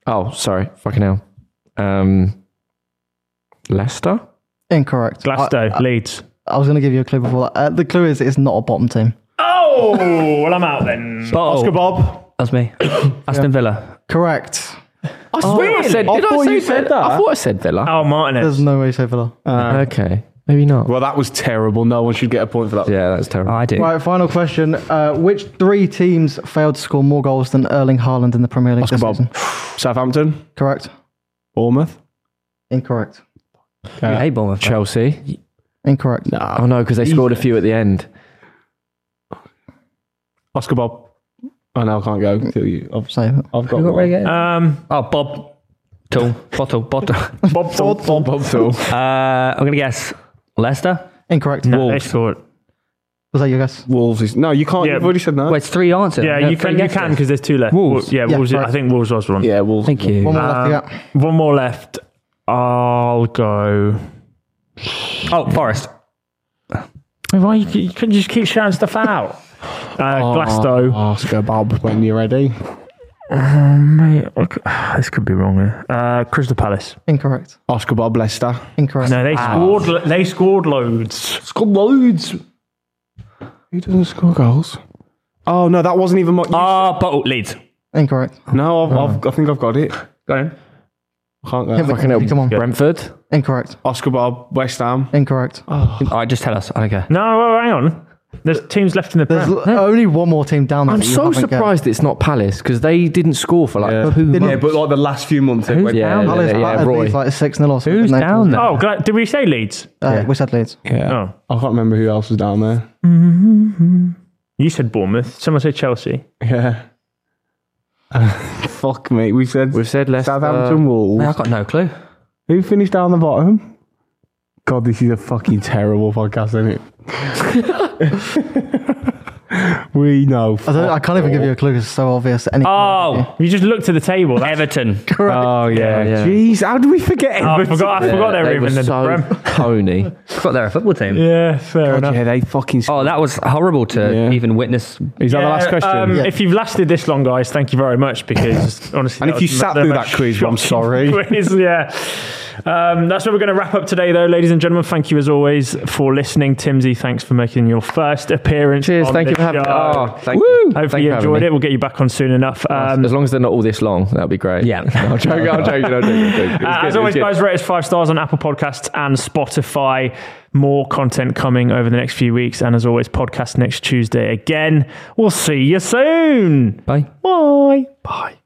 Oh, sorry, fucking hell. Um, Leicester.
Incorrect.
Glasgow, Leeds.
I, I was going to give you a clue before that. Uh, the clue is it's not a bottom team.
Oh, well, I'm out then.
Oscar
Bob.
That's me. Aston Villa.
Correct.
I swear "Oh, I said.
I
did
thought
I say
you said
Villa?
that.
I thought I said Villa.
Oh,
There's
Martinez.
no way so far.
okay, maybe not.
Well, that was terrible. No one should get a point for that.
Yeah, that's terrible.
I do.
Right, final question. Uh, which three teams failed to score more goals than Erling Haaland in the Premier League this
Bob.
season?
Southampton,
Correct.
Bournemouth.
Incorrect.
You hate Bournemouth. though.
Chelsea.
Incorrect.
Oh no, because they scored a few at the end.
Oscar Bob. Oh no, I can't go until you. I've,
Save it.
I've got.
Who got
one.
relegated?
Um,
oh, Bob. Tool. Bottle. Bottle.
Bob Thorpe.
Bob Bob Thorpe.
uh, I'm going to guess Leicester.
Incorrect.
No, they scored.
Was that your guess?
Wolves is no. You can't.
Yeah.
You've already said no.
Wait, it's three answers.
Yeah,
No,
you
three
can. You
guesses.
can because there's two left.
Wolves.
Well, Yeah,
Yeah,
Wolves.
correct.
I think Wolves was one.
Yeah, Wolves.
Thank you.
One more left
Um,
to get.
One more left. I'll go.
Oh, Forest.
Why you, you couldn't just keep shouting stuff out? Uh, Glasto.
Oscar Bob, when you're ready.
Mate, I c- this could be wrong here. Uh, Crystal Palace. Ah.
Incorrect.
Oscar Bob Leicester.
Incorrect.
No, they scored. lo- They scored loads.
Scored loads. He doesn't score goals. Oh no, that wasn't even my.
Ah, uh, Bottle. Leeds.
Incorrect.
no, I've, I've, I think I've got it.
Go on.
Can't
Hit
go.
me.
Fucking hell.
Come on.
Brentford.
Incorrect.
Oscar Bob West Ham.
Incorrect.
Oh,
All right, just tell us. I don't care.
No, well, hang on. There's teams left in the
There's
Prem.
l- only one more team down there.
I'm
that you
so
haven't guessed.
surprised it's not Palace because they didn't score for like
Yeah.
two
Didn't-
months.
Yeah, but like the last few months, it went
Yeah,
down.
yeah,
Palace
yeah, yeah,
battered
Roy.
Leeds like six 0 or something.
Who's
didn't they?
down there?
Oh, gla- did we say Leeds?
Uh, We said Leeds.
Oh,
I can't remember who else was down there.
you said Bournemouth. Someone said Chelsea.
Yeah. Fuck me. We said
We've said Leicester.
Southampton Wolves.
Mate, I've got no clue.
Who finished down the bottom? God, this is a fucking terrible podcast, isn't it? we know.
I, don't, I can't even give you a clue because it's so obvious. Any
Oh,
You just looked at the table. That-
Everton.
Oh yeah.
Yeah, yeah.
Jeez, how do we forget?
oh, I
Everton?
forgot. I forgot they were even in the Prem.
Tony.
Got there a football team.
Yeah, fair enough.
Yeah, they fucking.
Oh, that was horrible to
Yeah.
even witness.
is that the
Yeah,
last question?
um,
Yeah.
If you've lasted this long, guys, thank you very much because honestly,
And
that
if you
was
sat
the
through
most
that quiz,
shocking
I'm sorry.
quiz, yeah. Um, that's where we're going to wrap up today, though, ladies and gentlemen. Thank you as always for listening, Timsy. Thanks for making your first appearance.
Cheers.
on
Thank you
this
for having.
show.
Oh, thank you.
Hopefully you
Thank for having
enjoyed
me.
it. We'll get you back on soon enough. Um,
as long as they're not all this long, that'll be great.
Yeah.
I'm joking. I'm joking. I'm joking. I'm joking. It was
Uh,
good,
as
it was
always,
good.
guys, rate us five stars on Apple Podcasts and Spotify. More content coming over the next few weeks. And as always, podcast next Tuesday again. We'll see you soon.
Bye.
Bye. Bye.